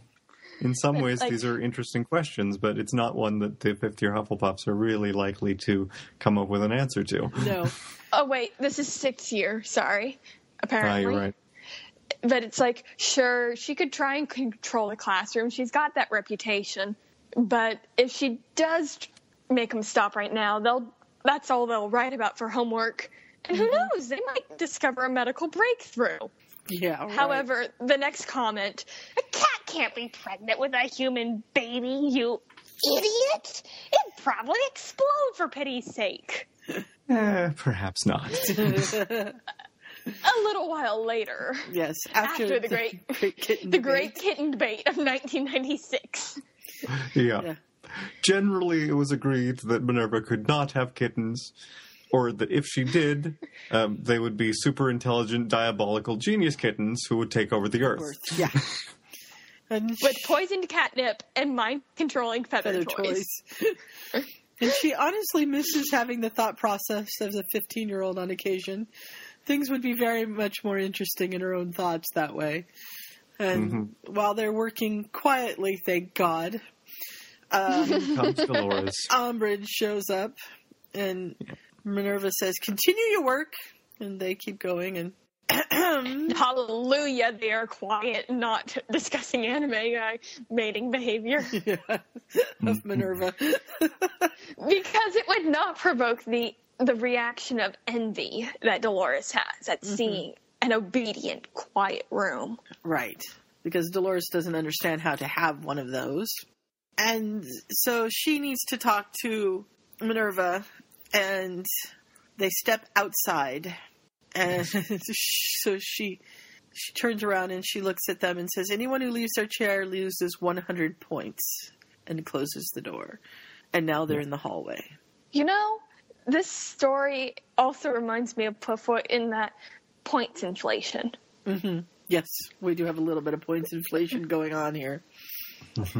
C: In some ways,
A: like-
C: these are interesting questions, but it's not one that the fifth year Hufflepuffs are really likely to come up with an answer to.
B: No,
A: Oh wait, this is sixth year. Sorry,
C: Ah,
A: apparently.
C: you're right.
A: But it's like, sure, she could try and control the classroom. She's got that reputation. But if she does make them stop right now, they'll that's all they'll write about for homework. And who knows? They might discover a medical breakthrough.
B: yeah.
A: Oh,
B: right.
A: However, the next comment a cat can't be pregnant with a human baby, you idiot! It'd probably explode for pity's sake.
C: Eh, perhaps not.
A: A little while later,
B: yes,
A: after, the, great,
B: kitten
A: the great
B: debate.
A: kitten debate of 1996.
C: yeah.
B: Yeah.
C: Generally, it was agreed that Minerva could not have kittens, or that if she did, um, they would be super intelligent, diabolical genius kittens who would take over the earth.
B: yeah. And
A: With poisoned catnip and mind controlling feather,
B: other
A: toys.
B: toys. and she honestly misses having the thought process of a 15 year old on occasion. Things would be very much more interesting in her own thoughts that way. And while they're working quietly, thank God,
C: Comes Dolores.
B: Umbridge shows up and Minerva says, Continue your work. And they keep going. And
A: Hallelujah, they are quiet, not discussing anime uh, mating behavior.
B: of Minerva.
A: Because it would not provoke the the reaction of envy that Dolores has at seeing an obedient, quiet room.
B: Right. Because Dolores doesn't understand how to have one of those. And so she needs to talk to Minerva, and they step outside. And so she she turns around and she looks at them and says, "Anyone who leaves their chair loses 100 points," and closes the door. And now they're in the hallway.
A: You know, this story also reminds me of Puffoot in that points inflation.
B: Yes, we do have a little bit of points inflation going on here.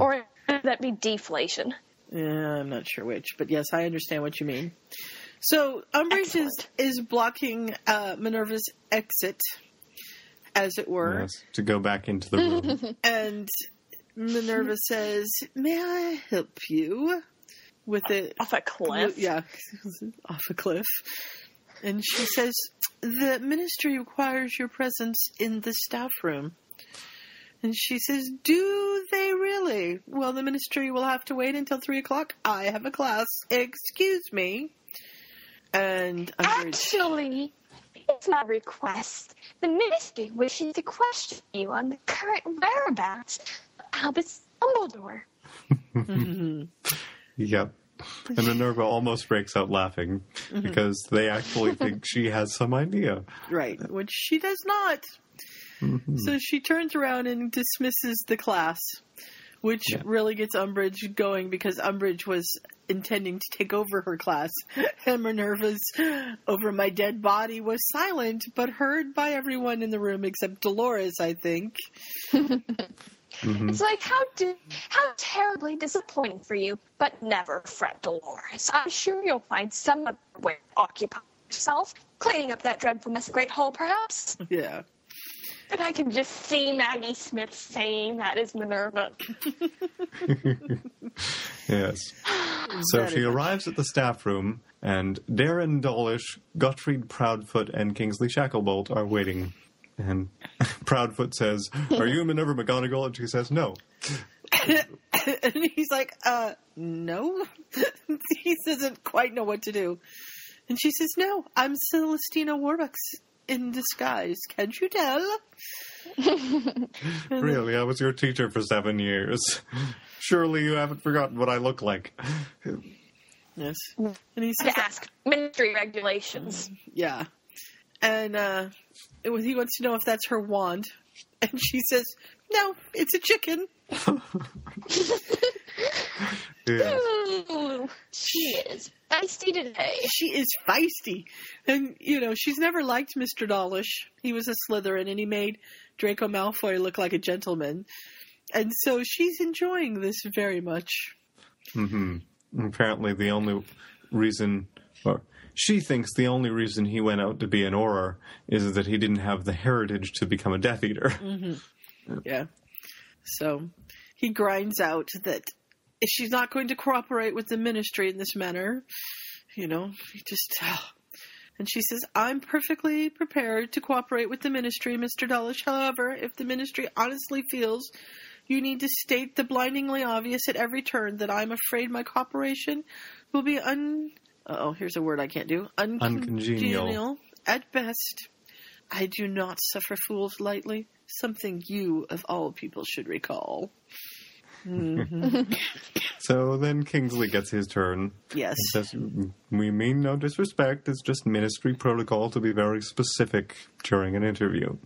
A: or that be deflation.
B: Yeah, I'm not sure which, but yes, I understand what you mean. So Umbridge is, is blocking uh, Minerva's exit, as it were,
C: Yes, to go back into the room.
B: and Minerva says, "May I help you?" With it,
A: Off a cliff.
B: yeah, off a cliff, and she says, "The ministry requires your presence in the staff room." And she says, "Do they really? Well, the ministry will have to wait until three o'clock. I have a class. Excuse me." And Umbridge,
A: Actually, it's my request. The ministry wishes to question you on the current whereabouts of Albus Dumbledore.
C: yep. And Minerva almost breaks out laughing
B: Mm-hmm.
C: because they actually think she has some idea.
B: right, which she does not. So she turns around and dismisses the class, which really gets Umbridge going because Umbridge was intending to take over her class. And Minerva's over my dead body was silent but heard by everyone in the room except Dolores, I think.
A: It's like how do how terribly disappointing for you, but never fret, Dolores. I'm sure you'll find some other way to occupy yourself, cleaning up that dreadful mess, of great hole, perhaps.
B: Yeah.
A: And I can just see Maggie Smith saying that is Minerva.
C: Yes. So
B: That
C: she
B: is-
C: arrives at the staff room, and Darren Dawlish, Gottfried Proudfoot, and Kingsley Shacklebolt are waiting. And Proudfoot says, Are you Minerva McGonagall? And she says, No.
B: and he's like, uh, no. he doesn't quite know what to do. And she says, no, I'm Celestina Warbucks in disguise. Can't you tell?
C: Really, I was your teacher for seven years. Surely you haven't forgotten what I look like.
B: Yes. And he says,
A: To ask ministry regulations.
B: yeah. And uh, it was, he wants to know if that's her wand. And she says, no, it's a chicken.
C: Yeah.
A: Ooh, she is feisty today.
B: she is feisty. And, you know, she's never liked Mr. Dawlish. He was a Slytherin and he made Draco Malfoy look like a gentleman. And so she's enjoying this very much.
C: Apparently, the only reason, or she thinks the only reason he went out to be an Auror is that he didn't have the heritage to become a Death Eater.
B: Yeah. So he grinds out that if she's not going to cooperate with the ministry in this manner, you know, he just. ah. And she says, I'm perfectly prepared to cooperate with the ministry, Mr. Dullish. However, if the ministry honestly feels you need to state the blindingly obvious at every turn that I'm afraid my cooperation will be un. Oh, here's a word I can't do.
C: Uncongenial.
B: Uncongenial at best. I do not suffer fools lightly, something you, of all people, should recall.
C: So then Kingsley gets his turn.
B: Yes.
C: It says, we mean no disrespect. It's just ministry protocol to be very specific during an interview.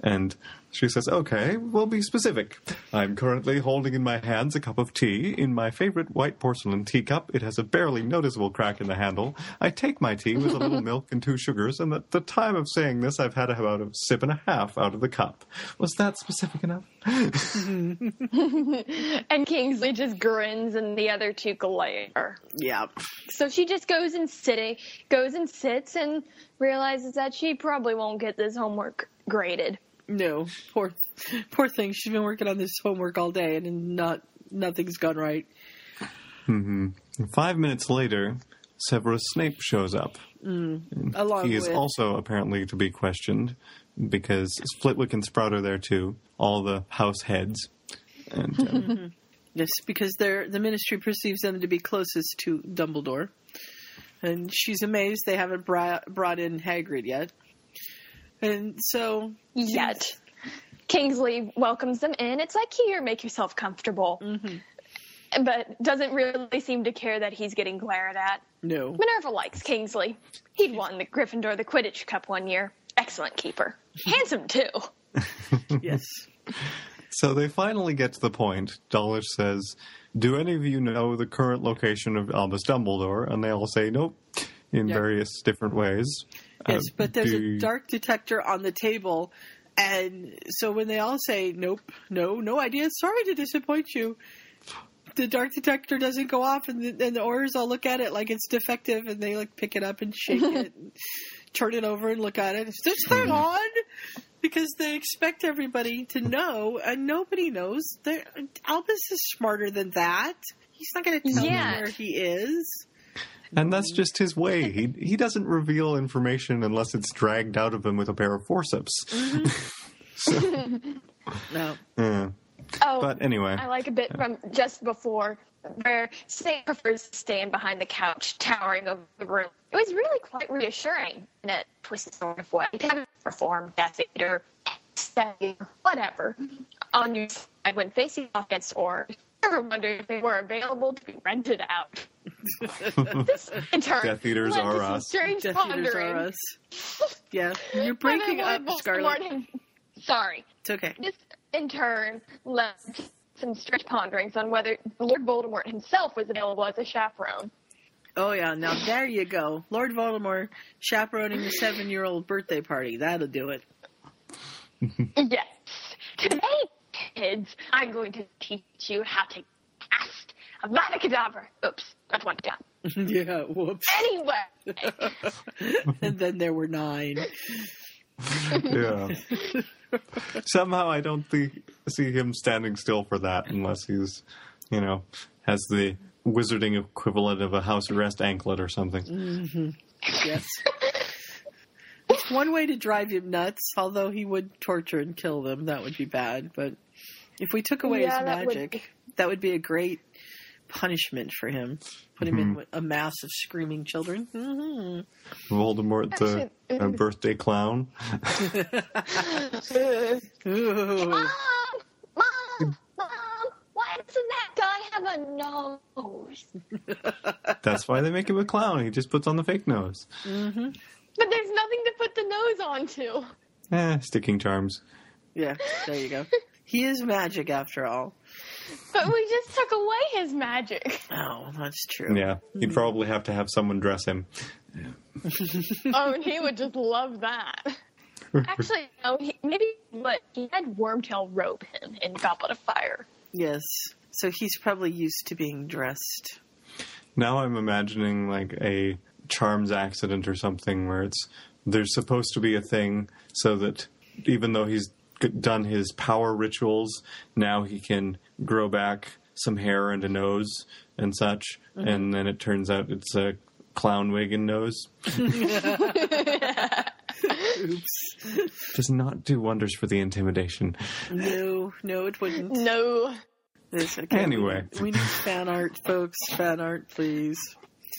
C: And she says, okay, we'll be specific. I'm currently holding in my hands a cup of tea in my favorite white porcelain teacup. It has a barely noticeable crack in the handle. I take my tea with a little milk and two sugars, and at the time of saying this, I've had about a sip and a half out of the cup. Was that specific enough?
A: And Kingsley just grins and the other two glare.
B: Yeah.
A: So she just goes and sitting, goes and sits and realizes that she probably won't get this homework graded.
B: No. Poor, poor thing. She's been working on this homework all day, and not nothing's gone right.
C: Five minutes later, Severus Snape shows up.
B: Along
C: He is
B: with
C: also apparently to be questioned because Flitwick and Sprout are there too, all the house heads. And um,
B: yes, because they're the ministry perceives them to be closest to Dumbledore, and she's amazed they haven't brought brought in Hagrid yet. And so
A: Yet. Kingsley welcomes them in. It's like, here, make yourself comfortable. But doesn't really seem to care that he's getting glared at.
B: no,
A: Minerva likes Kingsley. He'd won the Gryffindor the Quidditch Cup one year. Excellent keeper. Handsome, too.
B: yes,
C: so they finally get to the point. Dawlish says, Do any of you know the current location of Albus Dumbledore? And they all say, Nope. in
B: Yeah.
C: various different ways.
B: Yes,
C: Uh,
B: but there's
C: do-
B: a dark detector on the table. And so when they all say, nope, no, no idea, sorry to disappoint you, the dark detector doesn't go off, and the, and the orders all look at it like it's defective, and they like pick it up and shake it, and turn it over and look at it. Is this thing on? Because they expect everybody to know, and nobody knows. They're, Albus is smarter than that. He's not going to tell
A: Yeah.
B: you where he is.
C: And that's just his way. He he doesn't reveal information unless it's dragged out of him with a pair of forceps.
B: Mm-hmm. No.
C: Yeah.
A: Oh,
C: But anyway,
A: I like a bit from just before where Snake prefers to stand behind the couch, towering over the room. It was really quite reassuring in a twisted sort of way to have a perform Death Eater, stay, whatever, on your side when facing off against Org. Ever wondered if they were available to be rented out? this, in turn,
C: Death Eaters
A: led to
C: are
A: some
C: us.
A: Strange
B: Death Eaters are
A: pondering.
B: us. Yeah. You're
A: By the
B: breaking
A: way,
B: up,
A: Voldemort
B: Scarlet.
A: and- Sorry,
B: It's okay.
A: this in turn led to some strange ponderings on whether Lord Voldemort himself was available as a chaperone.
B: Oh yeah, now there you go. Lord Voldemort chaperoning a seven year old birthday party. That'll do it.
A: Yes. Today, kids, I'm going to teach you how to cast a Vada Kedavra. Oops, that's one down.
B: yeah, whoops.
A: Anyway,
B: and then there were nine.
C: yeah. Somehow I don't think, see him standing still for that unless he's, you know, has the wizarding equivalent of a house arrest anklet or something.
B: Yes. It's one way to drive him nuts, although he would torture and kill them. That would be bad. But if we took away
A: Yeah,
B: his
A: that would
B: magic, that would be a great punishment for him. Put him in with a mass of screaming children. hmm
C: Voldemort the uh, birthday clown.
B: Ooh.
A: Mom, Mom, Mom, why doesn't that guy have a nose?
C: That's why they make him a clown. He just puts on the fake nose.
A: But there's nothing to put the nose onto.
C: Eh, sticking charms.
B: Yeah, there you go. He is magic after all.
A: But we just took away his magic.
B: Oh, that's true.
C: Yeah, he'd probably have to have someone dress him.
A: Oh, and he would just love that. Actually, no, he, maybe what he had Wormtail robe him in Goblet of Fire.
B: Yes. So he's probably used to being dressed.
C: Now I'm imagining like a charms accident or something where it's there's supposed to be a thing so that even though he's g- done his power rituals, now he can grow back some hair and a nose and such, and then it turns out it's a clown wig and nose.
B: Oops.
C: Does not do wonders for the intimidation.
B: No, no, it wouldn't.
A: No.
B: This, okay,
C: Anyway.
B: We, we need fan art, folks. Fan art, please.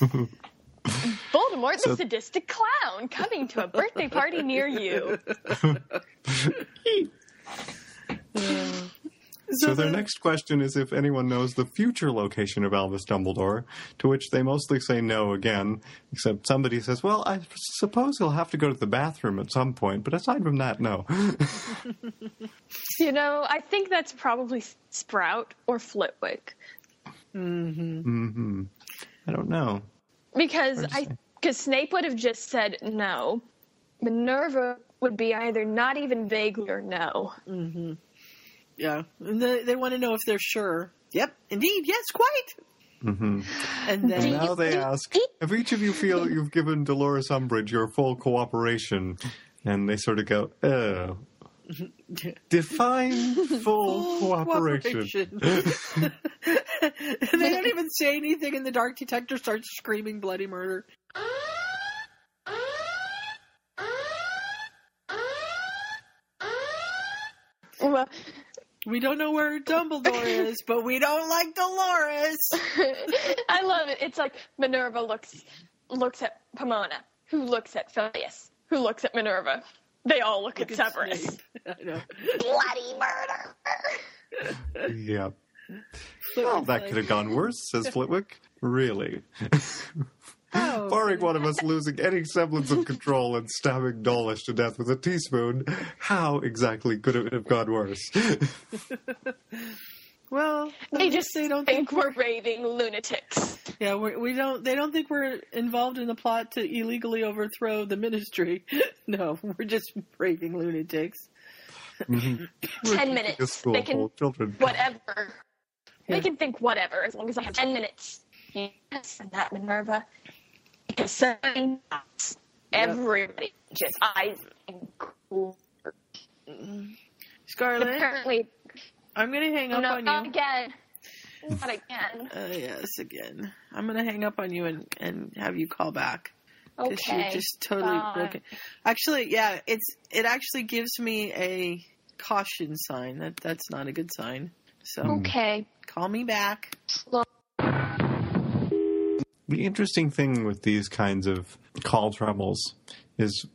A: Voldemort, the
C: So-
A: sadistic clown, coming to a birthday party near you.
C: So their
B: the-
C: next question is if anyone knows the future location of Albus Dumbledore, to which they mostly say no again, except somebody says, "Well, I suppose he'll have to go to the bathroom at some point, but aside from that, no."
A: You know, I think that's probably Sprout or Flitwick.
C: I don't know.
A: Because I because Snape would have just said no. Minerva would be either not even vaguely or no.
B: Yeah. And they, they want to know if they're sure. Yep, indeed. Yes, quite. Mm-hmm. And then.
A: Do
C: Now
A: you-
C: they ask, "If each of you feel you've given Dolores Umbridge your full cooperation," and they sort of go, "Oh." Define full cooperation.
B: Cooperation. they don't even say anything, and the dark detector starts screaming bloody murder.
A: Well,
B: We don't know where Dumbledore is, but we don't like Dolores.
A: I love it. It's like Minerva looks looks at Pomona, who looks at Phileas, who looks at Minerva. They all look, at Severus.
B: I know.
A: Bloody murder!
C: Yeah. Well, that could have gone worse, says Flitwick. Really?
B: Oh,
C: Barring one of us losing any semblance of control and stabbing Dolish to death with a teaspoon, how exactly could it have gone worse?
B: Well,
A: They just
B: they don't
A: think we're raving lunatics.
B: Yeah, we're, we don't. They don't think we're involved in the plot to illegally overthrow the ministry. no, we're just raving lunatics.
A: Ten minutes.
C: school
A: They can
C: full of children.
A: whatever.
B: Yeah.
A: They can think whatever as long as I have ten minutes. Yes, and that Minerva. Seven dots. Everybody just eyes and cool.
B: Scarlett,
A: Apparently,
B: I'm gonna hang up
A: no,
B: on
A: not
B: you.
A: again. Not again.
B: Uh, yes, again. I'm gonna hang up on you and and have you call back. because
A: Okay.
B: you're just totally
A: bye.
B: broken. Actually, yeah, it's it actually gives me a caution sign. That that's not a good sign. So
A: Okay.
B: call me back.
C: The interesting thing with these kinds of call troubles is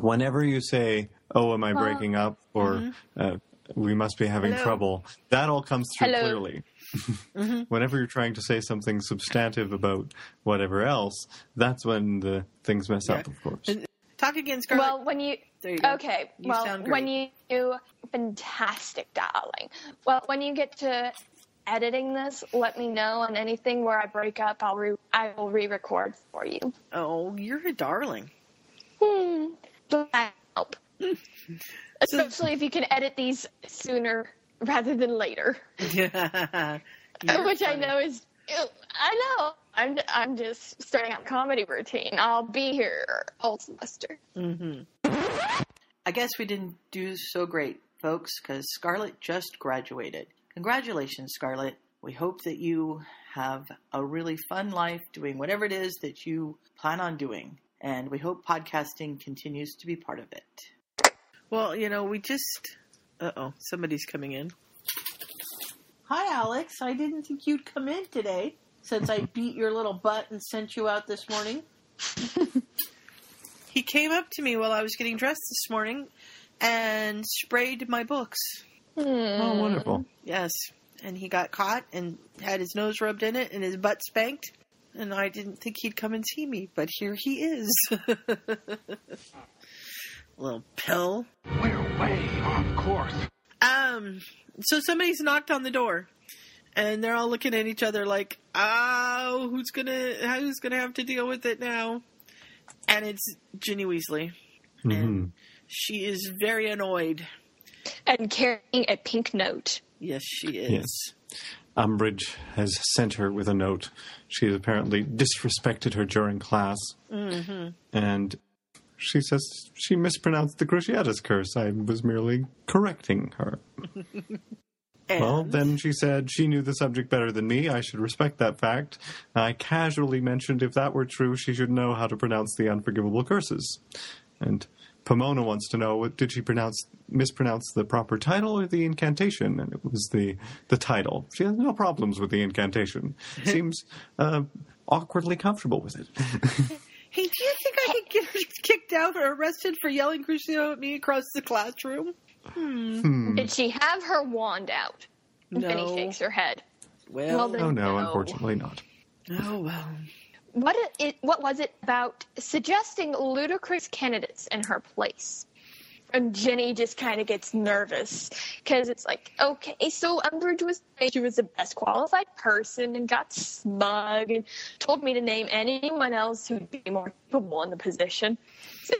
C: whenever you say, "Oh, am I breaking up?" or uh, "We must be having
B: Hello.
C: trouble," that all comes through
A: Mm-hmm. Hello. Mm-hmm.
C: clearly. whenever you're trying to say something substantive about whatever else, that's when the things mess up.
B: Yeah.
C: Of course,
B: And- Talk again, Scarlett.
A: Well, when you
B: There you go.
A: okay,
B: You
A: well,
B: sound
A: when you
B: great.
A: do fantastic, darling. Well, when you get to editing this, let me know, and anything where I break up, I'll re- I will re-record for you.
B: oh, you're a darling.
A: Hmm, that help. Especially if you can edit these sooner rather than later,
B: Yeah.
A: which I know is. I know. I'm I'm just starting out comedy routine. I'll be here all semester.
B: I guess we didn't do so great, folks, because Scarlett just graduated. Congratulations, Scarlett. We hope that you have a really fun life doing whatever it is that you plan on doing. And we hope podcasting continues to be part of it. Well, you know, we just. Uh oh, somebody's coming in. Hi, Alex. I didn't think you'd come in today since I beat your little butt and sent you out this morning. he came up to me while I was getting dressed this morning and sprayed my books.
C: oh, wonderful!
B: Yes. And he got caught and had his nose rubbed in it and his butt spanked. And I didn't think he'd come and see me, but here he is. Little pill.
I: We're way off course.
B: Um, so somebody's knocked on the door, and they're all looking at each other like, "Oh, who's gonna who's gonna have to deal with it now?" And it's Ginny Weasley, and she is very annoyed.
A: And carrying a pink note.
B: Yes, she is.
C: Yes. Umbridge has sent her with a note. She has apparently disrespected her during class. And she says she mispronounced the Cruciatus curse. I was merely correcting her.
B: And,
C: Well, then she said she knew the subject better than me. I should respect that fact. I casually mentioned if that were true, she should know how to pronounce the unforgivable curses. And Pomona wants to know what did she pronounce mispronounce the proper title or the incantation? And it was the the title. She has no problems with the incantation. Seems uh, awkwardly comfortable with it.
B: hey, do you think I could get kicked out or arrested for yelling Crucio at me across the classroom?
A: Did she have her wand out? And Benny shakes her head. Well, then
C: oh no,
A: no.
C: unfortunately not.
B: oh well.
A: What i- it? What was it about suggesting ludicrous candidates in her place? And Jenny just kind of gets nervous because it's like, okay, so Umbridge was she was the best qualified person and got smug and told me to name anyone else who'd be more capable in the position. So,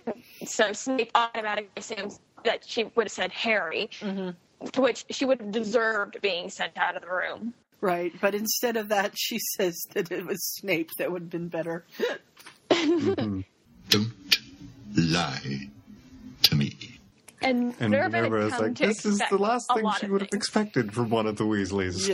A: so Snape automatically assumes that she would have said Harry, to which she would have deserved being sent out of the room.
B: Right, but instead of that, she says that it was Snape that would have been better.
F: Don't lie to me.
A: And,
C: And
A: Minerva had
C: Minerva is
A: come
C: like,
A: to
C: this is the
A: expect
C: last
A: a
C: thing
A: lot
C: she
A: of
C: would have
A: things.
C: expected from one of the Weasleys.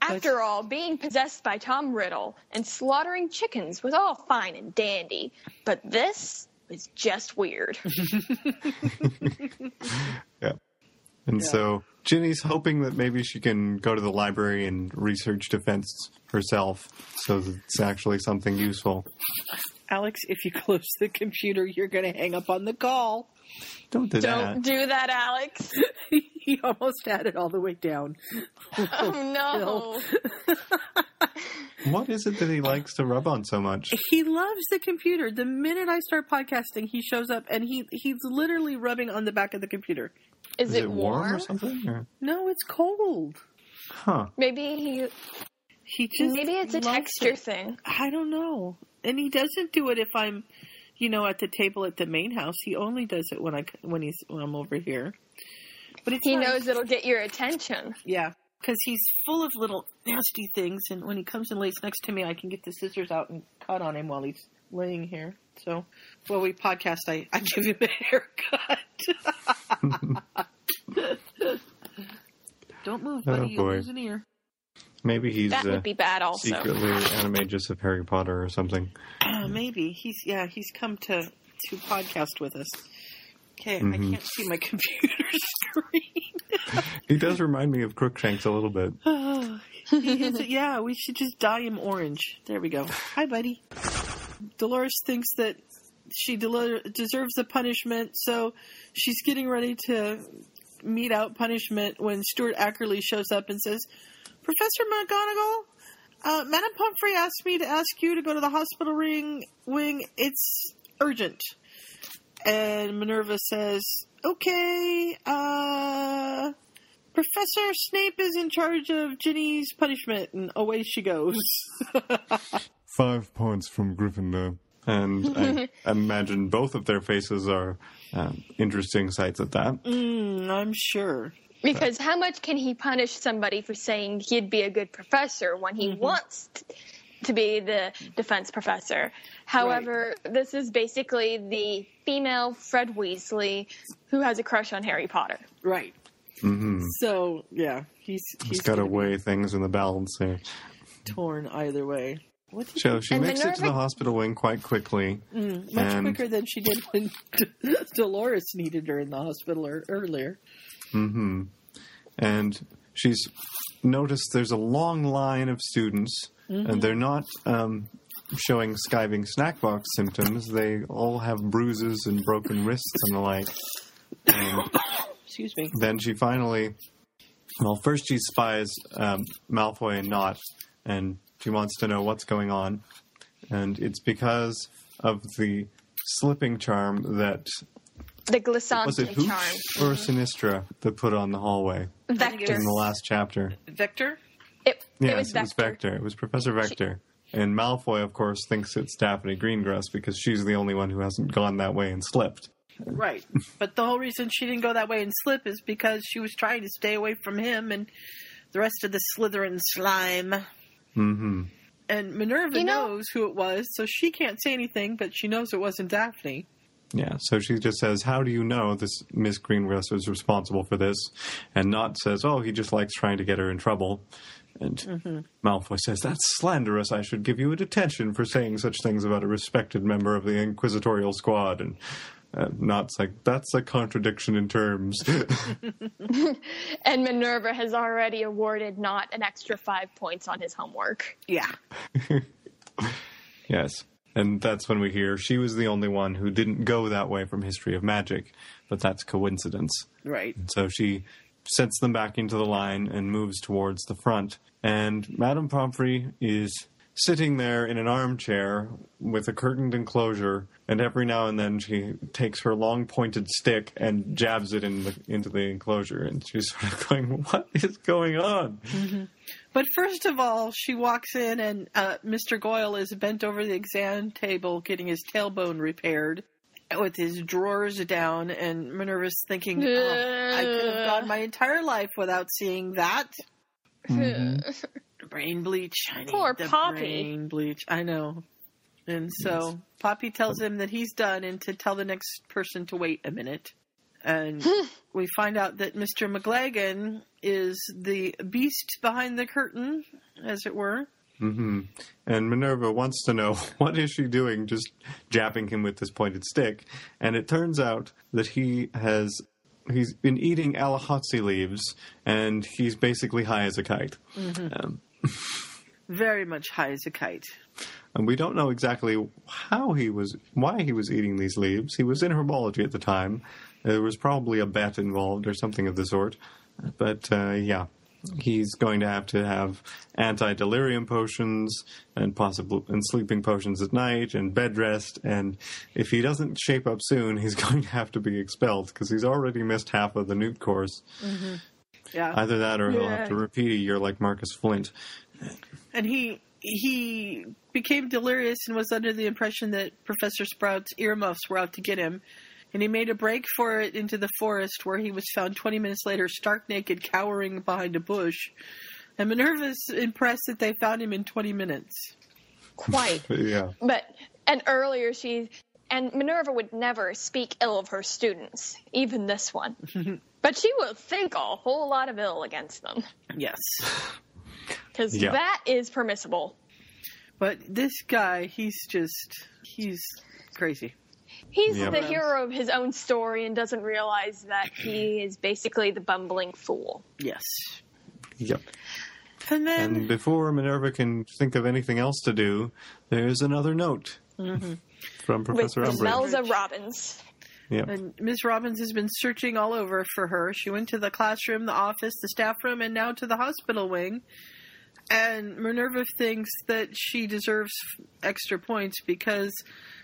A: After all, being possessed by Tom Riddle and slaughtering chickens was all fine and dandy, but this was just weird.
C: Yeah. And so Ginny's hoping that maybe she can go to the library and research defense herself so that it's actually something useful.
B: Alex, if you close the computer, you're going to hang up on the call.
C: Don't do
A: Don't
C: that.
A: do that, Alex.
B: he almost had it all the way down.
A: Oh no.
C: What is it that he likes to rub on so much?
B: He loves the computer. The minute I start podcasting, he shows up and he he's literally rubbing on the back of the computer.
A: Is,
C: Is it warm or something? Or-
B: No, it's cold.
C: Huh.
A: Maybe he.
B: He just
A: Maybe it's a
B: loves
A: texture
B: it.
A: thing.
B: I don't know. And he doesn't do it if I'm, you know, at the table at the main house. He only does it when I when he's when I'm over here. But it's
A: He
B: nice.
A: knows it'll get your attention.
B: Yeah, because he's full of little nasty things, and when he comes and lays next to me, I can get the scissors out and cut on him while he's laying here. So, while we podcast, I, I give him a haircut. Don't move,
C: Oh,
B: buddy. You'll
C: boy.
B: lose an ear.
C: Maybe he's
A: That
C: uh,
A: would be bad, also.
C: secretly animagus of Harry Potter or something.
B: Uh, maybe he's yeah. He's come to to podcast with us. Okay, I
C: Mhm.
B: can't see my computer screen.
C: He does remind me of Crookshanks a little bit.
B: Oh, he is- yeah, we should just dye him orange. There we go. Hi, buddy. Dolores thinks that she del- deserves the punishment, so she's getting ready to mete out punishment when Stuart Ackerley shows up and says, Professor McGonagall, uh, Madam Pumphrey asked me to ask you to go to the hospital ring wing. It's urgent. And Minerva says, Okay, uh. Professor Snape is in charge of Ginny's punishment, and away she goes.
C: Five points from Gryffindor. And I imagine both of their faces are um, interesting sights at that.
B: Mm, I'm sure.
A: Because how much can he punish somebody for saying he'd be a good professor when he wants t- to be the defense professor? However, this is basically the female Fred Weasley who has a crush on Harry Potter.
B: Right. So, yeah, he's, he's
C: He's got to
B: gonna be
C: weigh things in the balance here.
B: torn either way. What did
C: So she
A: And
C: makes it to the
A: Minerva- Mm,
C: hospital wing quite quickly.
B: she- much
C: and-
B: quicker than she did when Dolores needed her in the hospital or, earlier.
C: hmm And she's noticed there's a long line of students, and they're not um, showing skiving snack box symptoms. They all have bruises and broken wrists and the like. And
B: Excuse me.
C: then she finally, well, first she spies um, Malfoy and Knott, and she wants to know what's going on. And it's because of the slipping charm that
A: The
C: was it
A: glissante
C: Hooch
A: charm.
C: or Sinistra that put on the hallway
A: Vector.
C: in the last chapter.
B: Vector?
A: It,
C: Yes,
A: it was Vector.
C: It was Professor Vector. and Malfoy, of course, thinks it's Daphne Greengrass because she's the only one who hasn't gone that way and slipped.
B: Right. but the whole reason she didn't go that way and slip is because she was trying to stay away from him and the rest of the Slytherin slime.
C: hmm
B: And Minerva
A: You know-
B: knows who it was, so she can't say anything, but she knows it wasn't Daphne.
C: Yeah, so she just says, "How do you know this Miss Greengrass is responsible for this?" And Knott says, "Oh, he just likes trying to get her in trouble." And
A: Mm-hmm.
C: Malfoy says, "That's slanderous. I should give you a detention for saying such things about a respected member of the inquisitorial squad." And uh, Knott's like, "That's a contradiction in terms."
A: And Minerva has already awarded not an extra five points on his homework.
B: Yeah.
C: Yes. And that's when we hear she was the only one who didn't go that way from History of Magic, but that's coincidence.
B: Right.
C: So she sets them back into the line and moves towards the front. And Madame Pomfrey is sitting there in an armchair with a curtained enclosure, and every now and then she takes her long pointed stick and jabs it in the, into the enclosure. And she's sort of going, What is going on?
B: But first of all, she walks in, and uh, Mr. Goyle is bent over the exam table getting his tailbone repaired with his drawers down, and Minerva's thinking, oh, I could have gone my entire life without seeing that. Brain bleach. I need
A: Mm-hmm. Poor
B: the
A: Poppy.
B: Brain bleach. I know. And so Poppy tells him that he's done and to tell the next person to wait a minute. And we find out that Mr. McLagan is the beast behind the curtain, as it were.
C: Mm-hmm. And Minerva wants to know what is she doing just jabbing him with this pointed stick. And it turns out that he has he's been eating alahotse leaves and he's basically high as a kite. Um,
B: Very much high as a kite.
C: and we don't know exactly how he was why he was eating these leaves. He was in herbology at the time. There was probably a bet involved or something of the sort. But uh, yeah, he's going to have to have anti delirium potions and possible and sleeping potions at night and bed rest. And if he doesn't shape up soon, he's going to have to be expelled because he's already missed half of the newt course.
B: Yeah.
C: Either that, or he'll have to
A: Yeah.
C: repeat a year like Marcus Flint.
B: and he he became delirious and was under the impression that Professor Sprout's earmuffs were out to get him. And he made a break for it into the forest, where he was found 20 minutes later, stark naked, cowering behind a bush. And Minerva's impressed that they found him in 20 minutes.
A: Quite.
C: Yeah.
A: But and earlier she and Minerva would never speak ill of her students, even this one. but she will think a whole lot of ill against them
B: Yes.
A: because
C: Yeah.
A: that is permissible.
B: But this guy, he's just, he's crazy.
A: He's
C: Yeah.
A: the hero of his own story and doesn't realize that he is basically the bumbling fool.
B: Yes.
C: Yep.
B: And then,
C: And before Minerva can think of anything else to do, there's another note from
A: Mm-hmm. With
C: Professor Umbridge.
A: Melza Robbins.
C: Yep.
B: and Ms. Robbins has been searching all over for her. She went to the classroom, the office, the staff room, and now to the hospital wing. And Minerva thinks that she deserves extra points because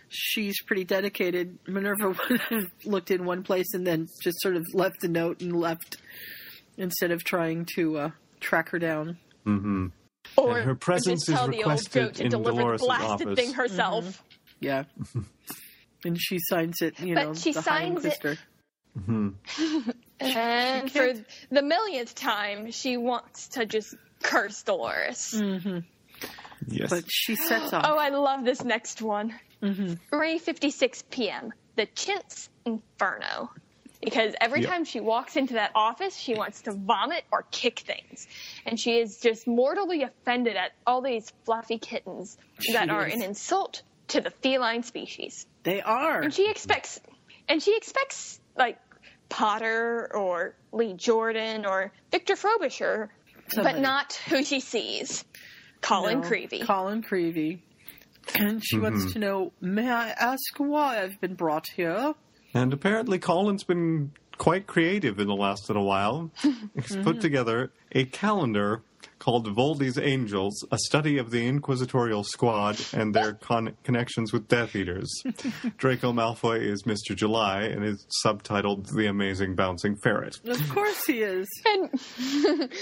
B: she's pretty dedicated. Minerva would have looked in one place and then just sort of left the note and left instead of trying to uh, track her down.
A: Or
C: her presence
A: just tell
C: is
A: the old goat
C: requested
A: to
C: in
A: deliver
C: Dolores'
A: the blasted
C: office.
A: thing herself.
B: Yeah. and she signs it, you
A: But
B: know,
A: she
B: the High
A: signs it-
B: Inquisitor.
A: And for the millionth time, she wants to just curse Dolores.
C: Yes.
B: But she sets off.
A: Oh, I love this next one.
B: Mm-hmm.
A: 3:56 p.m. The Chintz Inferno. Because every
C: Yep.
A: time she walks into that office, she wants to vomit or kick things, and she is just mortally offended at all these fluffy kittens that are
B: is.
A: an insult to the feline species.
B: they are.
A: And she expects, and she expects like Potter or Lee Jordan or Victor Frobisher,
B: Somebody.
A: but not who she sees, Colin
B: No,
A: Creevy.
B: Colin Creevy. And she wants to know, may I ask why I've been brought here?
C: And apparently, Colin's been quite creative in the last little while. He's
A: Mm-hmm.
C: put together a calendar called Voldy's Angels, a study of the Inquisitorial Squad and their con- connections with Death Eaters. Draco Malfoy is Mr. July and is subtitled The Amazing Bouncing Ferret.
B: Of course he is.
A: And,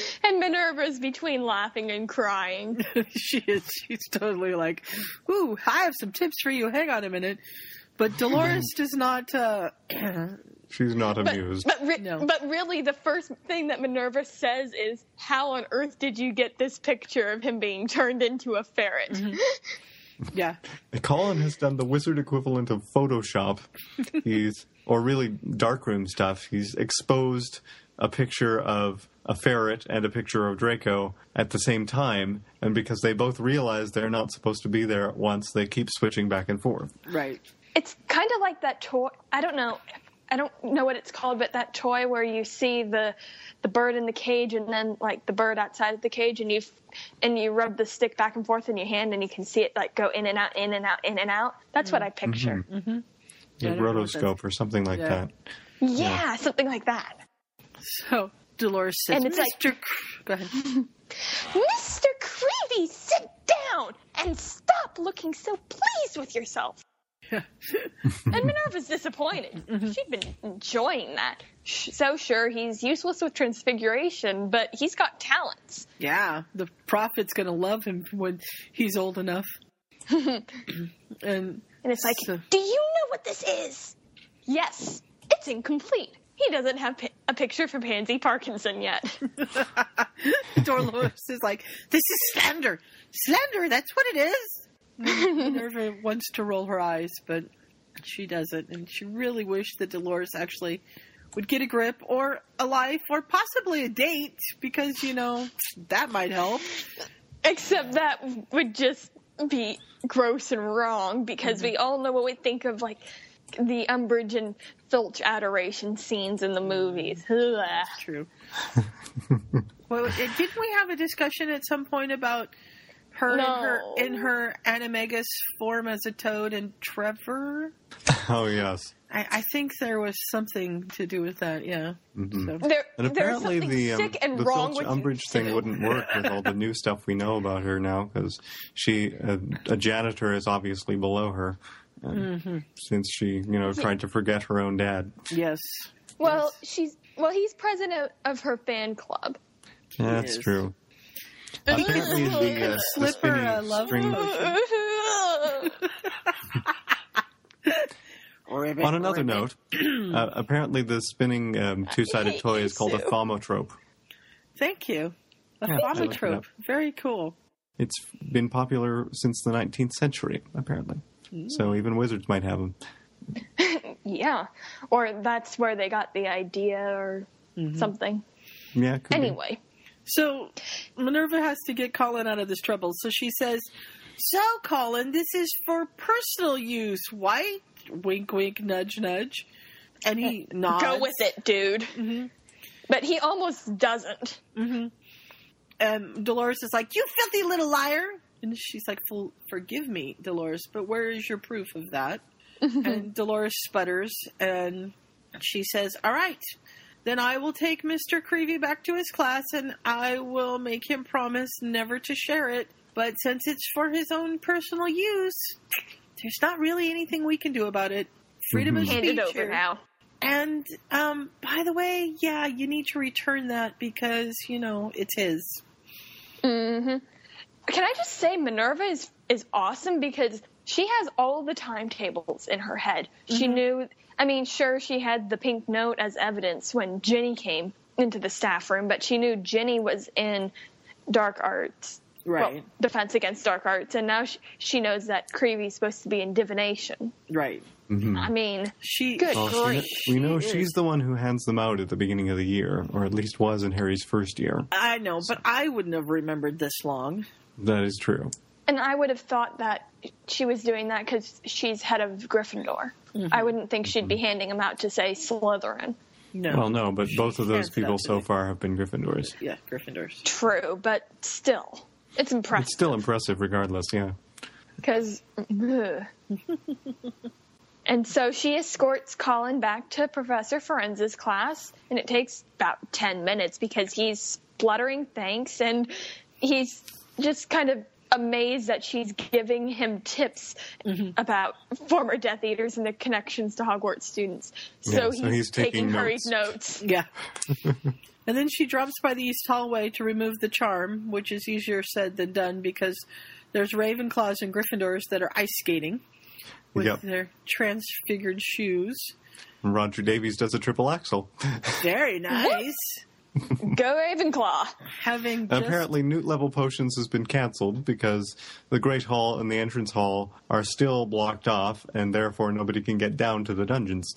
A: and Minerva's between laughing and crying.
B: she is. She's totally like, ooh, I have some tips for you. Hang on a minute. But Dolores does not. Uh,
C: She's not amused.
A: But, re-
B: No.
A: but really, the first thing that Minerva says is, How on earth did you get this picture of him being turned into a ferret?
B: yeah.
C: Colin has done the wizard equivalent of Photoshop. He's or really darkroom stuff. He's exposed a picture of a ferret and a picture of Draco at the same time, and because they both realize they're not supposed to be there at once, they keep switching back and forth.
B: Right.
A: It's kind of like that toy. I don't know. I don't know what it's called, but that toy where you see the the bird in the cage and then like the bird outside of the cage, and you f- and you rub the stick back and forth in your hand, and you can see it like go in and out, in and out, in and out. That's what I picture.
C: A
B: I don't know what
C: rotoscope or something like
B: Yeah.
C: that.
A: Yeah, something like that.
B: So Dolores says,
A: And it's like-
B: Mr. Cre- Go ahead.
A: Mr. Creevy, sit down and stop looking so pleased with yourself. and Minerva's disappointed. She'd been enjoying that. Sh- So sure, he's useless with transfiguration, but he's got talents.
B: Yeah, the prophet's gonna love him when he's old enough. and
A: And it's like,
B: So-
A: do you know what this is? Yes, it's incomplete. He doesn't have pi- a picture for Pansy Parkinson yet.
B: Dolores is like, "This is slander, slander. That's what it is." Minerva wants to roll her eyes, but she doesn't, and she really wished that Dolores actually would get a grip or a life or possibly a date because you know that might help.
A: Except that would just be gross and wrong because we all know what we think of like the Umbridge and Filch adoration scenes in the movies. Ugh.
B: True. well, it, didn't we have a discussion at some point about her
A: No.
B: in her in her animagus form as a toad and Trevor?
C: Oh yes.
B: I, I think there was something to do with that. Yeah.
C: Mm-hmm.
B: So-
A: There,
C: And
A: there's
C: apparently
A: something
C: the um,
A: sick and
C: the
A: wrong
C: Filch
A: with
C: Umbridge thing wouldn't work with all the new stuff we know about her now because she a, a janitor is obviously below her
A: Mm-hmm.
C: um, since she you know tried to forget her own dad.
B: Yes.
A: Well, she's Well, he's president of her fan club.
C: Yeah, that's
B: Yes.
C: true.
B: But look at
C: Apparently,
B: this
C: the, uh, the
B: slipper,
C: spinning
B: I love
C: string- On another note, uh, apparently the spinning um, two-sided
A: hate
C: toy
A: you,
C: is called a
A: Sue.
C: thaumatrope.
B: Thank you. A
C: Yeah, I looked it
B: thaumatrope.
C: up.
B: Very cool.
C: It's been popular since the 19th century, apparently. So even wizards might have them.
A: yeah, or that's where they got the idea or something.
C: Mm-hmm. Yeah. could be.
A: Anyway,
B: So Minerva has to get Colin out of this trouble. So she says, So, Colin, this is for personal use. Why? Wink, wink, nudge, nudge. And he nods.
A: go with it, dude. But he almost doesn't.
B: um, Dolores is like, "You filthy little liar!" And she's like, "Well, "Forgive me, Dolores, but where is your proof of that?" and Dolores sputters, and she says, "All right, then I will take Mister Creevy back to his class, and I will make him promise never to share it. But since it's for his own personal use, there's not really anything we can do about it. Freedom of
A: Mm-hmm. Hand it
B: speech
A: over
B: here.
A: now.
B: And um, by the way, yeah, you need to return that because you know it's his."
A: Can I just say Minerva is is awesome because she has all the timetables in her head. She knew I mean, sure she had the pink note as evidence when Jenny came into the staff room, but she knew Jenny was in dark arts. well,
B: Right.
A: defense against dark arts and now she, she knows that Creevy's supposed to be in divination.
B: Right.
A: I mean,
B: She
A: Good
B: she-
A: Well,
C: We,
A: she
C: we know
B: is-
C: she's the one who hands them out at the beginning of the year, or at least was in Harry's first year.
B: I know, but I wouldn't have remembered this long.
C: That is true.
A: and I would have thought that she was doing that cuz she's head of Gryffindor. I wouldn't think she'd be handing them out to say Slytherin.
B: No.
C: Well, no, but both
B: hands
C: of those
B: it
C: people
B: out to
C: so
B: me.
C: far have been Gryffindors.
B: Yeah, Gryffindors.
A: True, but still. It's impressive.
C: It's still impressive, regardless. Yeah.
A: Because. and so she escorts Colin back to Professor Forenz's class, and it takes about 10 minutes because he's spluttering thanks and he's just kind of amazed that she's giving him tips
C: Mm-hmm.
A: about former Death Eaters and the connections to Hogwarts students. So,
C: Yeah, so
A: he's,
C: he's
A: taking,
C: taking
A: hurried
C: notes.
A: notes.
B: Yeah. and then she drops by the east hallway to remove the charm, which is easier said than done because there's Ravenclaws and Gryffindors that are ice skating with
C: Yep.
B: their transfigured shoes.
C: Roger Davies does a triple axel.
B: Very nice.
A: Go Ravenclaw!
B: Having just,
C: Apparently, Newt level potions has been cancelled because the Great Hall and the entrance hall are still blocked off, and therefore nobody can get down to the dungeons.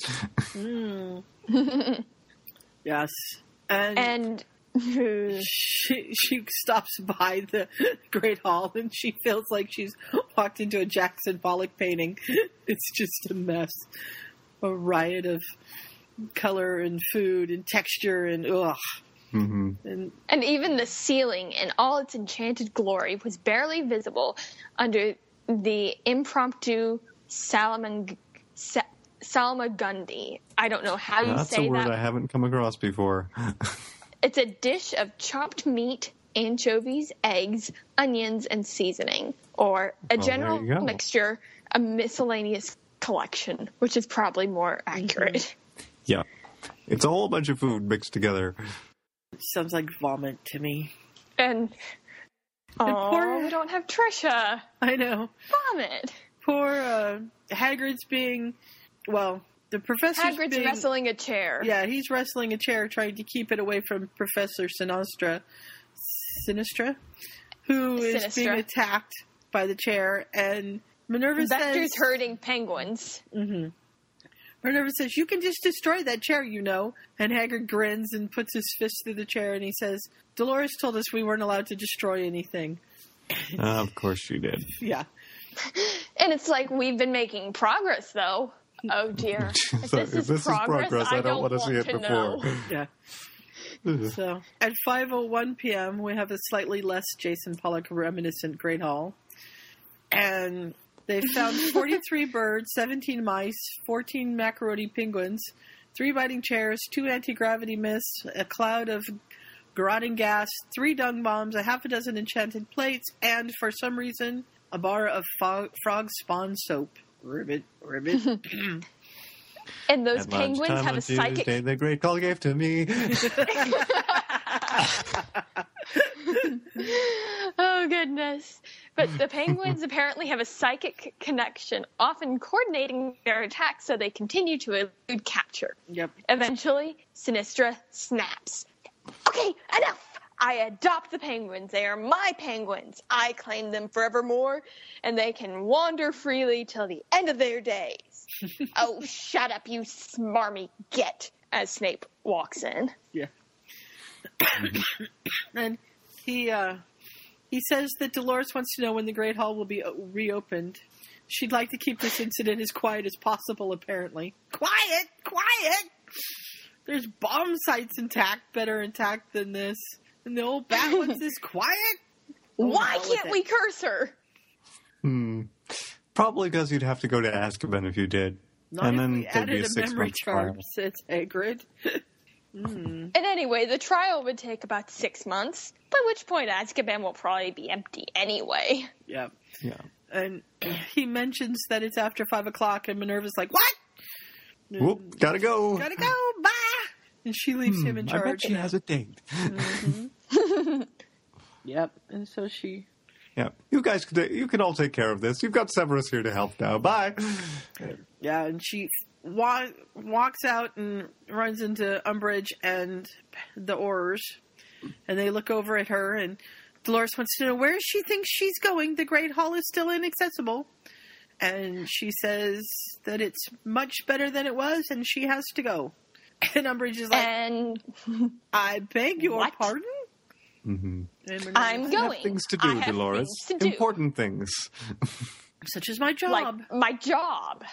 B: yes.
C: Mm-hmm.
B: And,
A: And.
B: she, she stops by the Great Hall and she feels like she's walked into a Jackson Pollock painting. It's just a mess, a riot of color and food and texture and ugh. And
A: And even the ceiling in all its enchanted glory was barely visible under the impromptu Salamang- Sa- salmagundi. I don't know how you
C: That's a
A: say
C: word
A: that.
C: I haven't come across before.
A: It's a dish of chopped meat, anchovies, eggs, onions, and seasoning, or a
C: Oh, there
A: general
C: you go.
A: mixture, a miscellaneous collection, which is probably more accurate.
C: Mm-hmm. yeah. It's a whole bunch of food mixed together.
B: sounds like vomit to me.
A: And
B: poor-
A: oh, we don't have Trisha.
B: I know.
A: Vomit.
B: Poor uh, Hagrid's being, well, the professor's
A: Hagrid's
B: being,
A: wrestling a chair.
B: Yeah, he's wrestling a chair, trying to keep it away from Professor Sinistra, Sinistra, who is
A: Sinistra.
B: being attacked by the chair. And Minerva says,
A: Vector's hurting penguins.
B: "Minerva says you can just destroy that chair, you know." And Haggard grins and puts his fist through the chair, and he says, "Dolores told us we weren't allowed to destroy anything."
C: Ah, of course she did.
B: Yeah,
A: And it's like, we've been making progress, though. Oh, dear. If
C: So,
A: this, is, progress, I don't, want
C: wanna
A: to
C: see it
A: know.
C: before.
B: yeah. So at 5:01 p.m., we have a slightly less Jason Pollock reminiscent Great Hall, and they found 43 birds, 17 mice, 14 macaroni penguins, three biting chairs, two anti-gravity mists, a cloud of grotting gas, three dung bombs, a half a dozen enchanted plates, and for some reason, a bar of fo- frog spawn soap. Ribbit, ribbit.
A: And those
C: At
A: penguins
C: lunchtime
A: have
C: on
A: a psychic.
C: Tuesday, the great call gave to me.
A: Oh goodness! But the penguins apparently have a psychic connection, often coordinating their attacks so they continue to elude capture.
B: Yep.
A: Eventually, Sinistra snaps. Okay, enough! I adopt the penguins. They are my penguins. I claim them forevermore, and they can wander freely till the end of their days. oh, shut up, you smarmy git! As Snape walks in.
B: Yeah. and he uh, he says that Dolores wants to know when the Great Hall will be o- reopened. She'd like to keep this incident as quiet as possible. Apparently, quiet, quiet. There's bomb sites intact, better intact than this. And the old bat wants this quiet.
A: Why
B: hell
C: Oh,
B: with
A: can't
B: it.
A: we curse her?
C: Probably because you'd have to go to Azkaban if you did.
B: Not
C: and
B: if
C: then
B: we
C: there'd be
B: added
C: a
B: a,
C: six
B: memory
C: month
B: charge,
C: trial.
B: says Hagrid.
C: Mm-hmm.
A: And anyway, the trial would take about six months, by which point Azkaban will probably be empty anyway.
B: Yeah.
C: Yeah.
B: And he mentions that it's after five o'clock, and Minerva's like, "What?
C: Whoop, gotta go.
B: Gotta go, bye." And she leaves him in
C: Hmm, I
B: charge.
C: bet she has a date.
B: Yep. And so she.
C: Yeah, you guys, could, you can all take care of this. You've got Severus here to help now. Bye.
B: Yeah, and she wa- walks out and runs into Umbridge and the Aurors, and they look over at her. And Dolores wants to know where she thinks she's going. The Great Hall is still inaccessible, and she says that it's much better than it was, and she has to go. And Umbridge is like,
A: And
B: "I beg your
A: What?
B: pardon." Mm-hmm.
A: I'm going.
C: Things to
A: I
C: do,
A: have
C: Dolores.
A: Things to do,
C: Important things.
B: Such is my job.
A: like my job,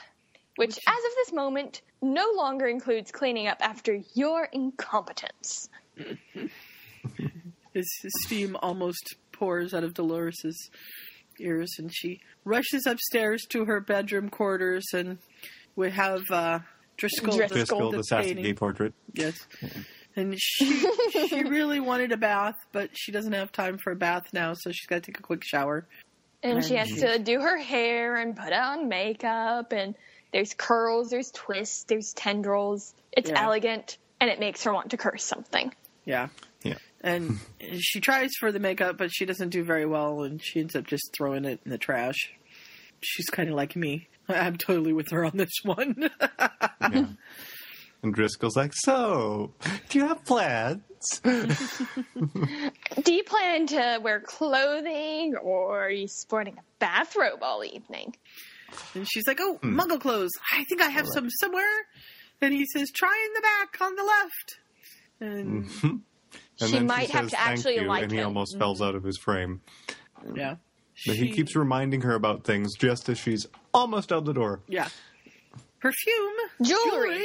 A: which as of this moment no longer includes cleaning up after your incompetence.
B: His, his steam almost pours out of Dolores's ears, and she rushes upstairs to her bedroom quarters, and we have uh, Driscoll,
A: Driscoll.
B: the-
C: Driscoll,
B: the
C: the sassy
B: painting.
C: gay portrait.
B: Yes, and she she really wanted a bath, but she doesn't have time for a bath now, so she's got to take a quick shower.
A: And she has to do her hair and put on makeup, and there's curls, there's twists, there's tendrils. It's
B: Yeah.
A: elegant, and it makes her want to curse something.
B: Yeah.
C: Yeah.
B: And she tries for the makeup, but she doesn't do very well, and she ends up just throwing it in the trash. She's kind of like me. I'm totally with her on this one.
C: Yeah. and Driscoll's like, so, do you have plans?
A: Do you plan to wear clothing or are you sporting a bathrobe all evening?
B: And she's like, "Oh,
C: Hmm.
B: muggle clothes. I think I have some somewhere." And he says, "Try in the back on the left." And
C: And
A: She
C: then
A: might have
C: says,
A: to
C: "Thank
A: actually
C: you,"
A: like Mm-hmm.
C: and he
A: him.
C: almost falls out of his frame.
B: yeah,
C: But he
B: She-
C: keeps reminding her about things just as she's almost out the door.
B: yeah perfume,
A: Jewelry.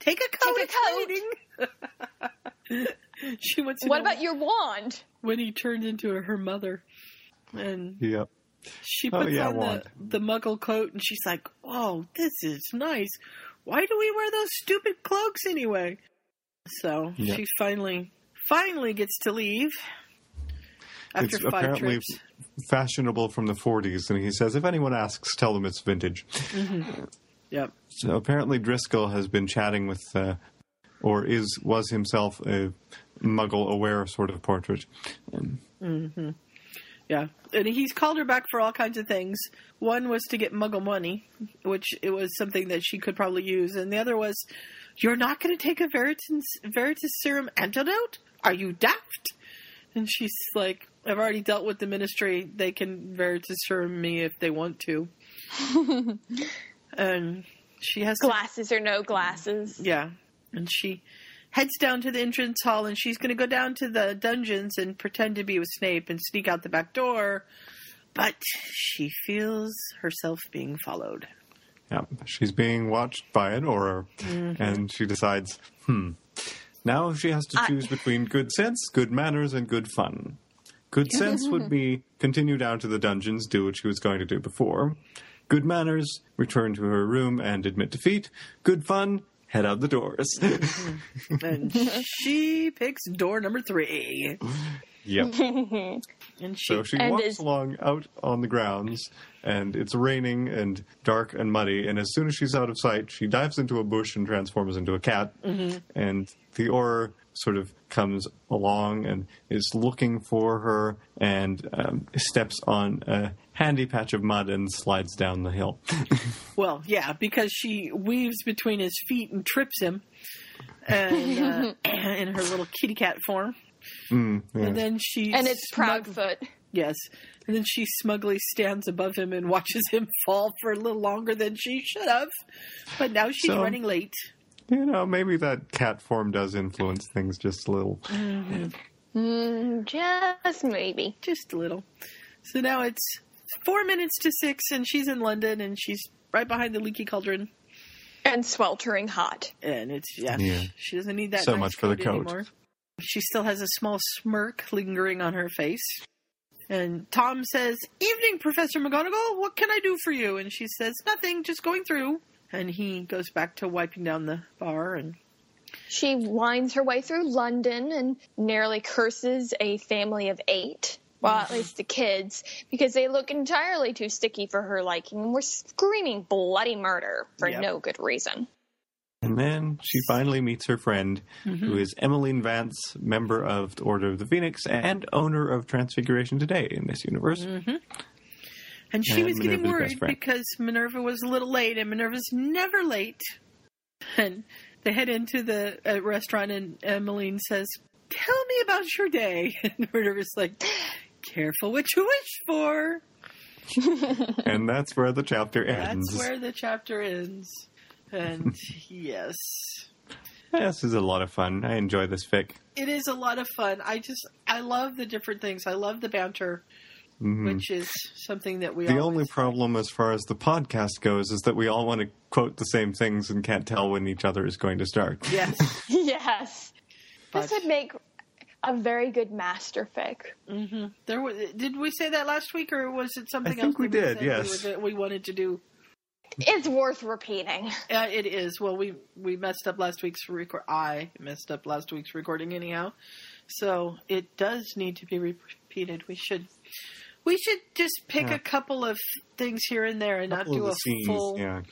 B: Take a coat.
A: a
B: it's
A: coat.
B: raining. she wants. To
A: What
B: know
A: about your wand?
B: when he turned into her mother? And
C: Yep.
B: she
C: Oh,
B: puts
C: yeah,
B: on the,
C: wand.
B: the muggle coat, and she's like, "Oh, this is nice. Why do we wear those stupid cloaks anyway?" So
C: Yep.
B: she finally, finally gets to leave after
C: it's
B: five
C: apparently
B: trips.
C: fashionable from the 40s, and he says, if anyone asks, tell them it's vintage.
B: Yep.
C: So apparently Driscoll has been chatting with, uh, or is was himself a muggle-aware sort of portrait. Um,
B: Yeah, and he's called her back for all kinds of things. One was to get Muggle money, which it was something that she could probably use, and the other was, "You're not going to take a Veritas, Veritas serum antidote? Are you daft?" And she's like, "I've already dealt with the Ministry. They can Veritas serum me if they want to." and she has to
A: Glasses or no glasses?
B: yeah. And she heads down to the entrance hall and she's going to go down to the dungeons and pretend to be with Snape and sneak out the back door. But she feels herself being followed.
C: yeah, she's being watched by an aura, and she decides, hmm, now she has to choose between good sense, good manners, and good fun. Good sense would be continue down to the dungeons, do what she was going to do before. Good manners, return to her room and admit defeat. Good fun, head out the doors.
B: And she picks door number three.
C: yep.
B: And she,
C: So she
A: And
C: walks
A: is-
C: along out on the grounds, and it's raining and dark and muddy. And as soon as she's out of sight, she dives into a bush and transforms into a cat.
A: Mm-hmm.
C: And the aura sort of comes along and is looking for her and um, steps on a handy patch of mud and slides down the hill.
B: well, yeah, because she weaves between his feet and trips him, and uh, in her little kitty cat form.
C: Mm,
B: And then she
A: and it's
B: smug-
A: Proudfoot.
B: Yes, and then she smugly stands above him and watches him fall for a little longer than she should have. But now she's
C: So-
B: running late.
C: You know, maybe that cat form does influence things just a little.
A: Mm, Just maybe.
B: just a little. So now it's four minutes to six, and she's in London, and she's right behind the leaky cauldron.
A: And sweltering hot.
B: And it's yeah,
C: Yeah.
B: she doesn't need that.
C: So
B: nice
C: much for the coat.
B: Anymore. She still has a small smirk lingering on her face. And Tom says, "Evening, Professor McGonagall. What can I do for you?" And she says, "Nothing. Just going through." And he goes back to wiping down the bar and
A: She winds her way through London and narrowly curses a family of eight. Well, at least the kids, because they look entirely too sticky for her liking and were screaming bloody murder for
B: Yep.
A: no good reason.
C: And then she finally meets her friend,
B: Mm-hmm.
C: who is Emmeline Vance, member of the Order of the Phoenix and owner of Transfiguration Today in this universe.
B: Mm-hmm. And she
C: And
B: was getting
C: Minerva's best
B: worried
C: friend.
B: because Minerva was a little late, and Minerva's never late. And they head into the uh, restaurant, and Emmeline says, Tell me about your day. And Minerva's like, Careful what you wish for.
C: And that's where the chapter ends.
B: That's where the chapter ends. And yes,
C: This is a lot of fun. I enjoy this fic.
B: it is a lot of fun. I just, I love the different things. I love the banter, which is something that we
C: Mm-hmm. The
B: always-
C: only problem as far as the podcast goes is that we all want to quote the same things and can't tell when each other is going to start.
B: Yes.
A: Yes.
B: But
A: This would make a very good master fic.
B: There was, did we say that last week, or was it something
C: I
B: else?
C: think we
B: that
C: did,
B: said
C: yes.
B: that we wanted to do.
A: It's worth repeating.
B: Uh, it is. Well, we we messed up last week's record. I messed up last week's recording, anyhow. So it does need to be repeated. We should we should just pick
C: Yeah.
B: a couple of things here and there, and not
C: Couple of
B: do
C: the
B: a
C: scenes,
B: full
C: yeah.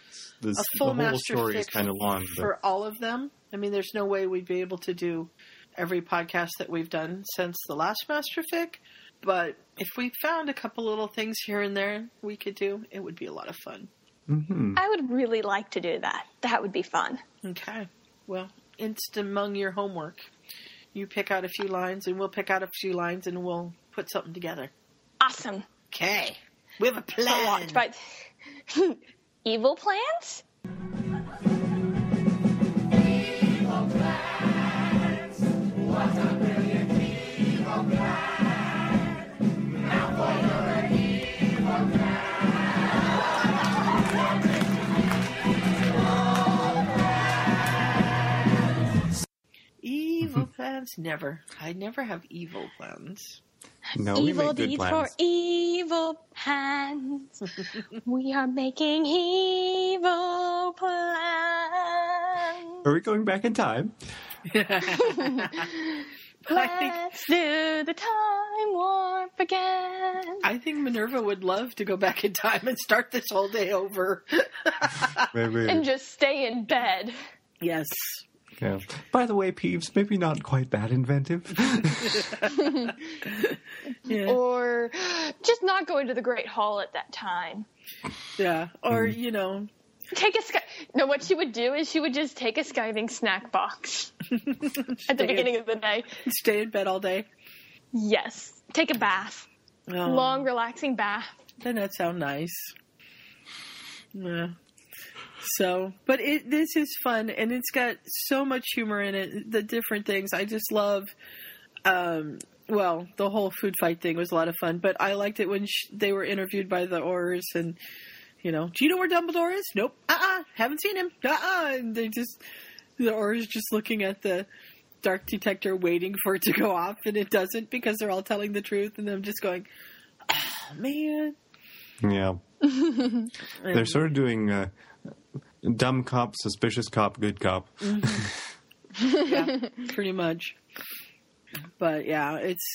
C: This-
B: a full
C: the whole
B: master
C: story is
B: fic
C: kind of long. but-
B: for all of them. I mean, there's no way we'd be able to do every podcast that we've done since the last Master Fic, but if we found a couple little things here and there we could do, it would be a lot of fun. Mm.
A: I would really like to do that. That would be fun.
B: Okay. Well, it's among your homework. You pick out a few lines, and we'll pick out a few lines, and we'll put something together.
A: Awesome.
B: Okay. We have a
A: So
B: plan.
A: watch, but evil plans?
B: Evil plans? Never. I never have evil plans.
C: no, we
A: evil
C: make good
A: deeds
C: plans.
B: E
A: for evil hands. we are making evil plans.
C: Are we going back in time?
B: I think-
A: Let's do the time warp again.
B: I think Minerva would love to go back in time and start this whole day over.
C: Maybe.
A: And just stay in bed.
B: Yes.
C: Yeah. By the way, Peeves, maybe not quite that inventive.
A: Or just not go into the Great Hall at that time.
B: Yeah. Or, you know,
A: Take a sky. No, what she would do is she would just take a skiving snack box at the
B: Damn.
A: beginning of the day.
B: stay in bed all day.
A: Yes, take a bath,
B: Oh,
A: long relaxing bath.
B: Then that sound nice. Yeah. So, but it this is fun and it's got so much humor in it. The different things I just love. Um, well, the whole food fight thing was a lot of fun, but I liked it when sh they were interviewed by the Aurors and you know, do you know where Dumbledore is? Nope. Uh uh Haven't seen him. Uh uh And they just, the Aurors just looking at the dark detector waiting for it to go off and it doesn't because they're all telling the truth and I'm just going, oh man.
C: yeah. They're sort of doing uh, dumb cop, suspicious cop, good cop.
B: pretty much. But yeah, it's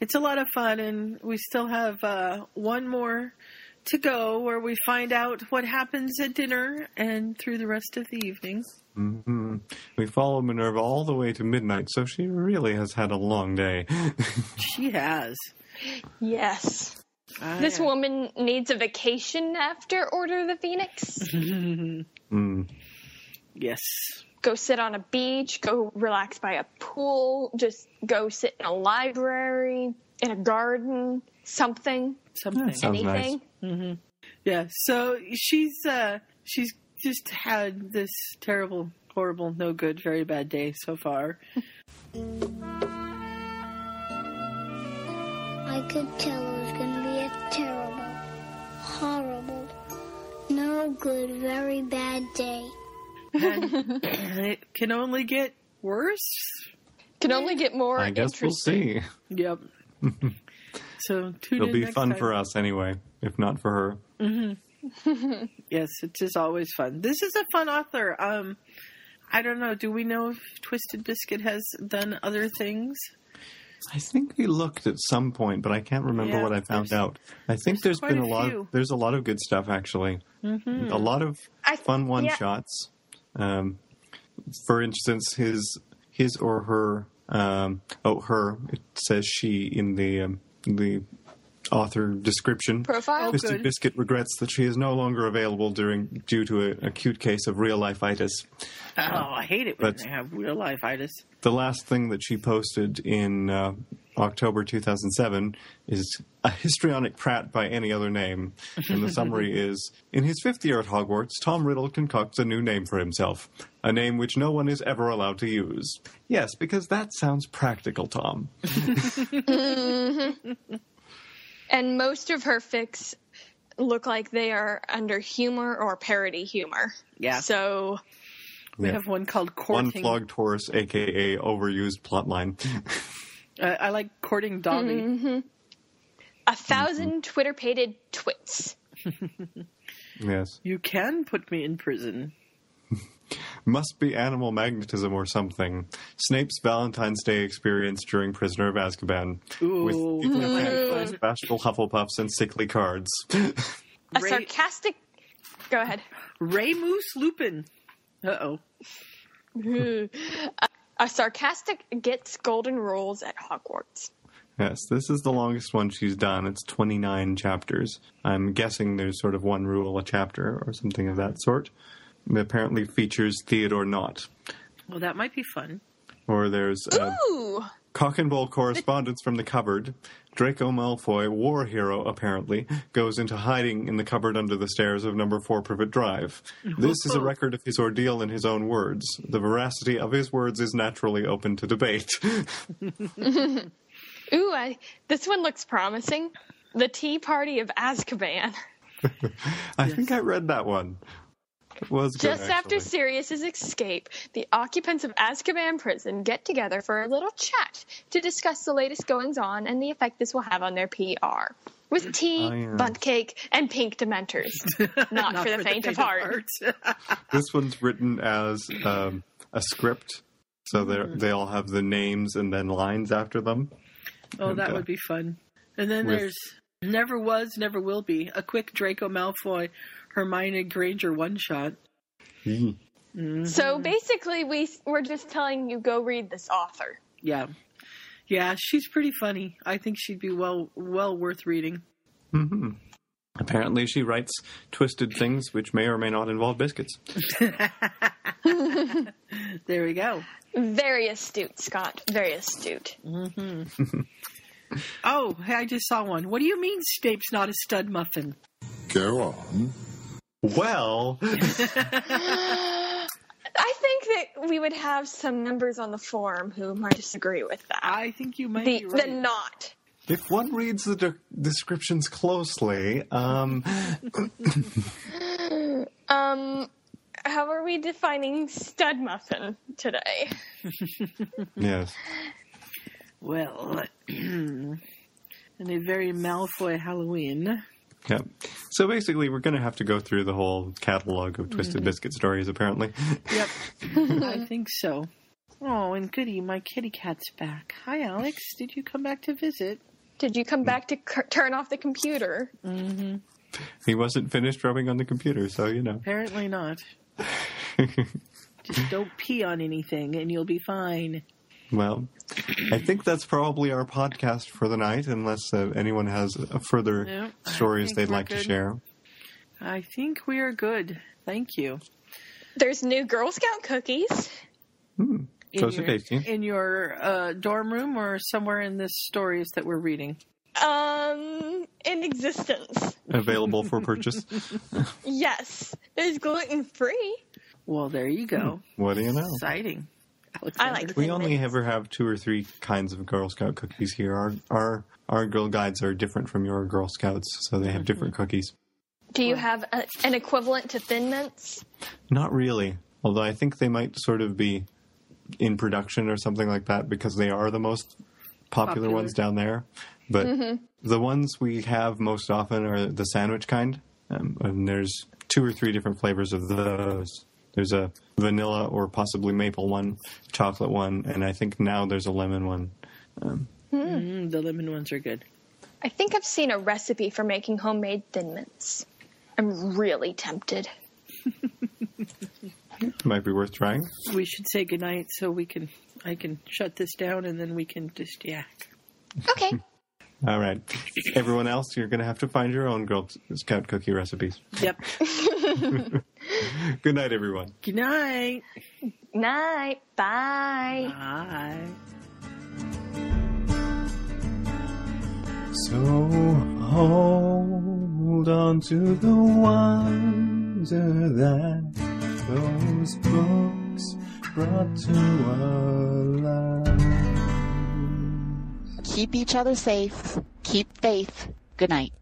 B: it's a lot of fun, and we still have uh, one more to go where we find out what happens at dinner and through the rest of the evening.
C: hmm We follow Minerva all the way to midnight, so she really has had a long day.
B: She has.
A: Yes.
C: Ah,
B: I
A: This
B: am-
A: woman needs a vacation after Order of the Phoenix.
C: Mm-hmm. Mm.
B: Yes.
A: go sit on a beach, go relax by a pool, just go sit in a library, in a garden, something,
B: Something.
C: Sounds nice.
A: anything.
B: Yeah. So she's uh she's just had this terrible, horrible, no good, very bad day so far.
K: I could tell it was going to be a terrible, horrible, no good, very bad day.
B: And it can only get worse.
A: Can only get more
C: I guess we'll
A: interesting.
C: see.
B: Yep. so tune
C: It'll
B: in
C: be
B: next
C: fun
B: time.
C: for us anyway, if not for her.
B: Yes, it is always fun. This is a fun author. Um I don't know, do we know if Twisted Biscuit has done other things?
C: I think we looked at some point, but I can't remember
B: Yeah,
C: what I found
B: there's-
C: out. I think
B: there's quite
C: there's been
B: a
C: a, lot.
B: few. Mm-hmm.
C: there's a lot of good stuff actually. A lot of
A: I-
C: fun
A: yeah.
C: one shots. Um, for instance, his his or her. Um, oh, her. It says she in the um, the author description.
A: Profile?
B: Oh,
C: Mr.
B: good.
C: Biscuit regrets that she is no longer available during due to an acute case of real life itis.
B: Oh, I hate it when
C: But-
B: they have real life itis.
C: The last thing that she posted in uh, October 2007 is a histrionic prat by any other name. And the summary is In his fifth year at Hogwarts, Tom Riddle concocts a new name for himself, a name which no one is ever allowed to use. Yes, because that sounds practical, Tom.
A: And most of her fics look like they are under humor or parody humor.
B: Yeah.
A: So
B: We
C: Yeah.
B: have one called
C: One
B: courting.
C: flogged horse, aka overused plotline.
B: Uh, I like courting Dobby.
A: a 1000
C: Mm-hmm.
A: Twitter pated twits.
C: yes.
B: You can put me in prison.
C: Must be animal magnetism or something. Snape's Valentine's Day experience during Prisoner of Azkaban.
B: Ooh.
C: with giggling handfuls, bashful Hufflepuffs, and sickly cards.
A: A
B: Ray-
A: sarcastic. Go ahead.
B: Ray Moose Lupin. Uh oh.
A: A sarcastic gets golden rules at Hogwarts.
C: yes, this is the longest one she's done. It's 29 chapters. I'm guessing there's sort of one rule a chapter or something of that sort. It apparently features Theodore Knott.
B: Well, that might be fun.
C: Or there's uh,
A: Ooh,
C: Cock and Bull correspondence from the cupboard. Draco Malfoy, war hero apparently, goes into hiding in the cupboard under the stairs of number four Privet Drive. This is a record of his ordeal in his own words. The veracity of his words is naturally open to debate.
A: ooh! I, this one looks promising. The Tea Party of Azkaban.
C: I think I read that one. It was good,
A: Just after
C: actually.
A: Sirius's escape, the occupants of Azkaban prison get together for a little chat to discuss the latest goings on and the effect this will have on their PR. With tea,
C: Oh, yeah.
A: bunt cake, and pink dementors. uh, Not, for the faint of heart.
B: heart.
C: this one's written as um, a script, so they
A: Mm-hmm.
C: they all have the names and then lines after them.
B: oh,
C: And,
B: that
C: uh,
B: would be fun. And then
C: with-
B: there's Never Was, Never Will Be. A quick Draco Malfoy, Hermione Granger one shot.
C: Mm.
A: So basically, we, we're just telling you go read this author.
B: Yeah. Yeah, she's pretty funny. I think she'd be well well worth reading.
C: Mm-hmm. Apparently, she writes twisted things which may or may not involve biscuits.
B: There we go.
A: Very astute, Scott. Very astute.
B: Oh, hey, I just saw one. What do you mean Snape's not a stud muffin?
F: Go on.
C: Well,
A: I think that we would have some members on the forum who might disagree with that.
B: I think you might
A: The,
B: be right.
A: the not.
C: if one reads the de- descriptions closely, um,
A: Um, how are we defining stud muffin today?
C: yes,
B: Well, in a very Malfoy Halloween.
C: yeah. So basically, we're going to have to go through the whole catalog of twisted
B: Mm-hmm.
C: biscuit stories. Apparently,
B: Yep.
A: Mm-hmm.
B: I think so. Oh, and goody, my kitty cat's back. Hi, Alex. Did you come back to visit?
A: Did you come back to cur- turn off the computer?
B: Mm-hmm.
C: He wasn't finished rubbing on the computer, so you know.
B: Apparently not. Just don't pee on anything and you'll be fine.
C: Well, I think that's probably our podcast for the night, unless uh, anyone has uh, further
B: Nope, I
C: stories
B: think
C: they'd
B: we're
C: like to
B: good.
C: share.
B: I think we are good. Thank you.
A: There's new Girl Scout cookies.
C: Toasted
B: your,
C: Tasty.
B: in your uh, dorm room or somewhere in the stories that we're reading.
A: Um, in existence.
C: Available for purchase.
A: Yes, there's gluten free.
B: Well, there you go.
C: what do you know?
B: Exciting.
A: I like
C: We
A: Thin
C: only
A: Mints.
C: ever have two or three kinds of Girl Scout cookies here. Our our our Girl Guides are different from your Girl Scouts, so they have different
A: Mm-hmm.
C: cookies.
A: Do you have a, an equivalent to Thin Mints?
C: Not really, although I think they might sort of be in production or something like that because they are the most popular,
B: Popular.
C: ones down there. But
A: Mm-hmm.
C: the ones we have most often are the sandwich kind, um, and there's two or three different flavors of those. There's a vanilla or possibly maple one, chocolate one, and I think now there's a lemon one.
B: Mm, the lemon ones are good.
A: I think I've seen a recipe for making homemade Thin Mints. I'm really tempted.
C: Might be worth trying.
B: We should say goodnight so we can I can shut this down and then we can just yak.
A: Okay.
C: All right. Everyone else, you're going to have to find your own Girl Scout cookie recipes.
B: Yep.
C: Good night, everyone.
B: Good night.
A: Night. Bye.
B: Bye.
C: So hold on to the wonder that those books brought to our lives.
L: Keep each other safe. Keep faith. Good night.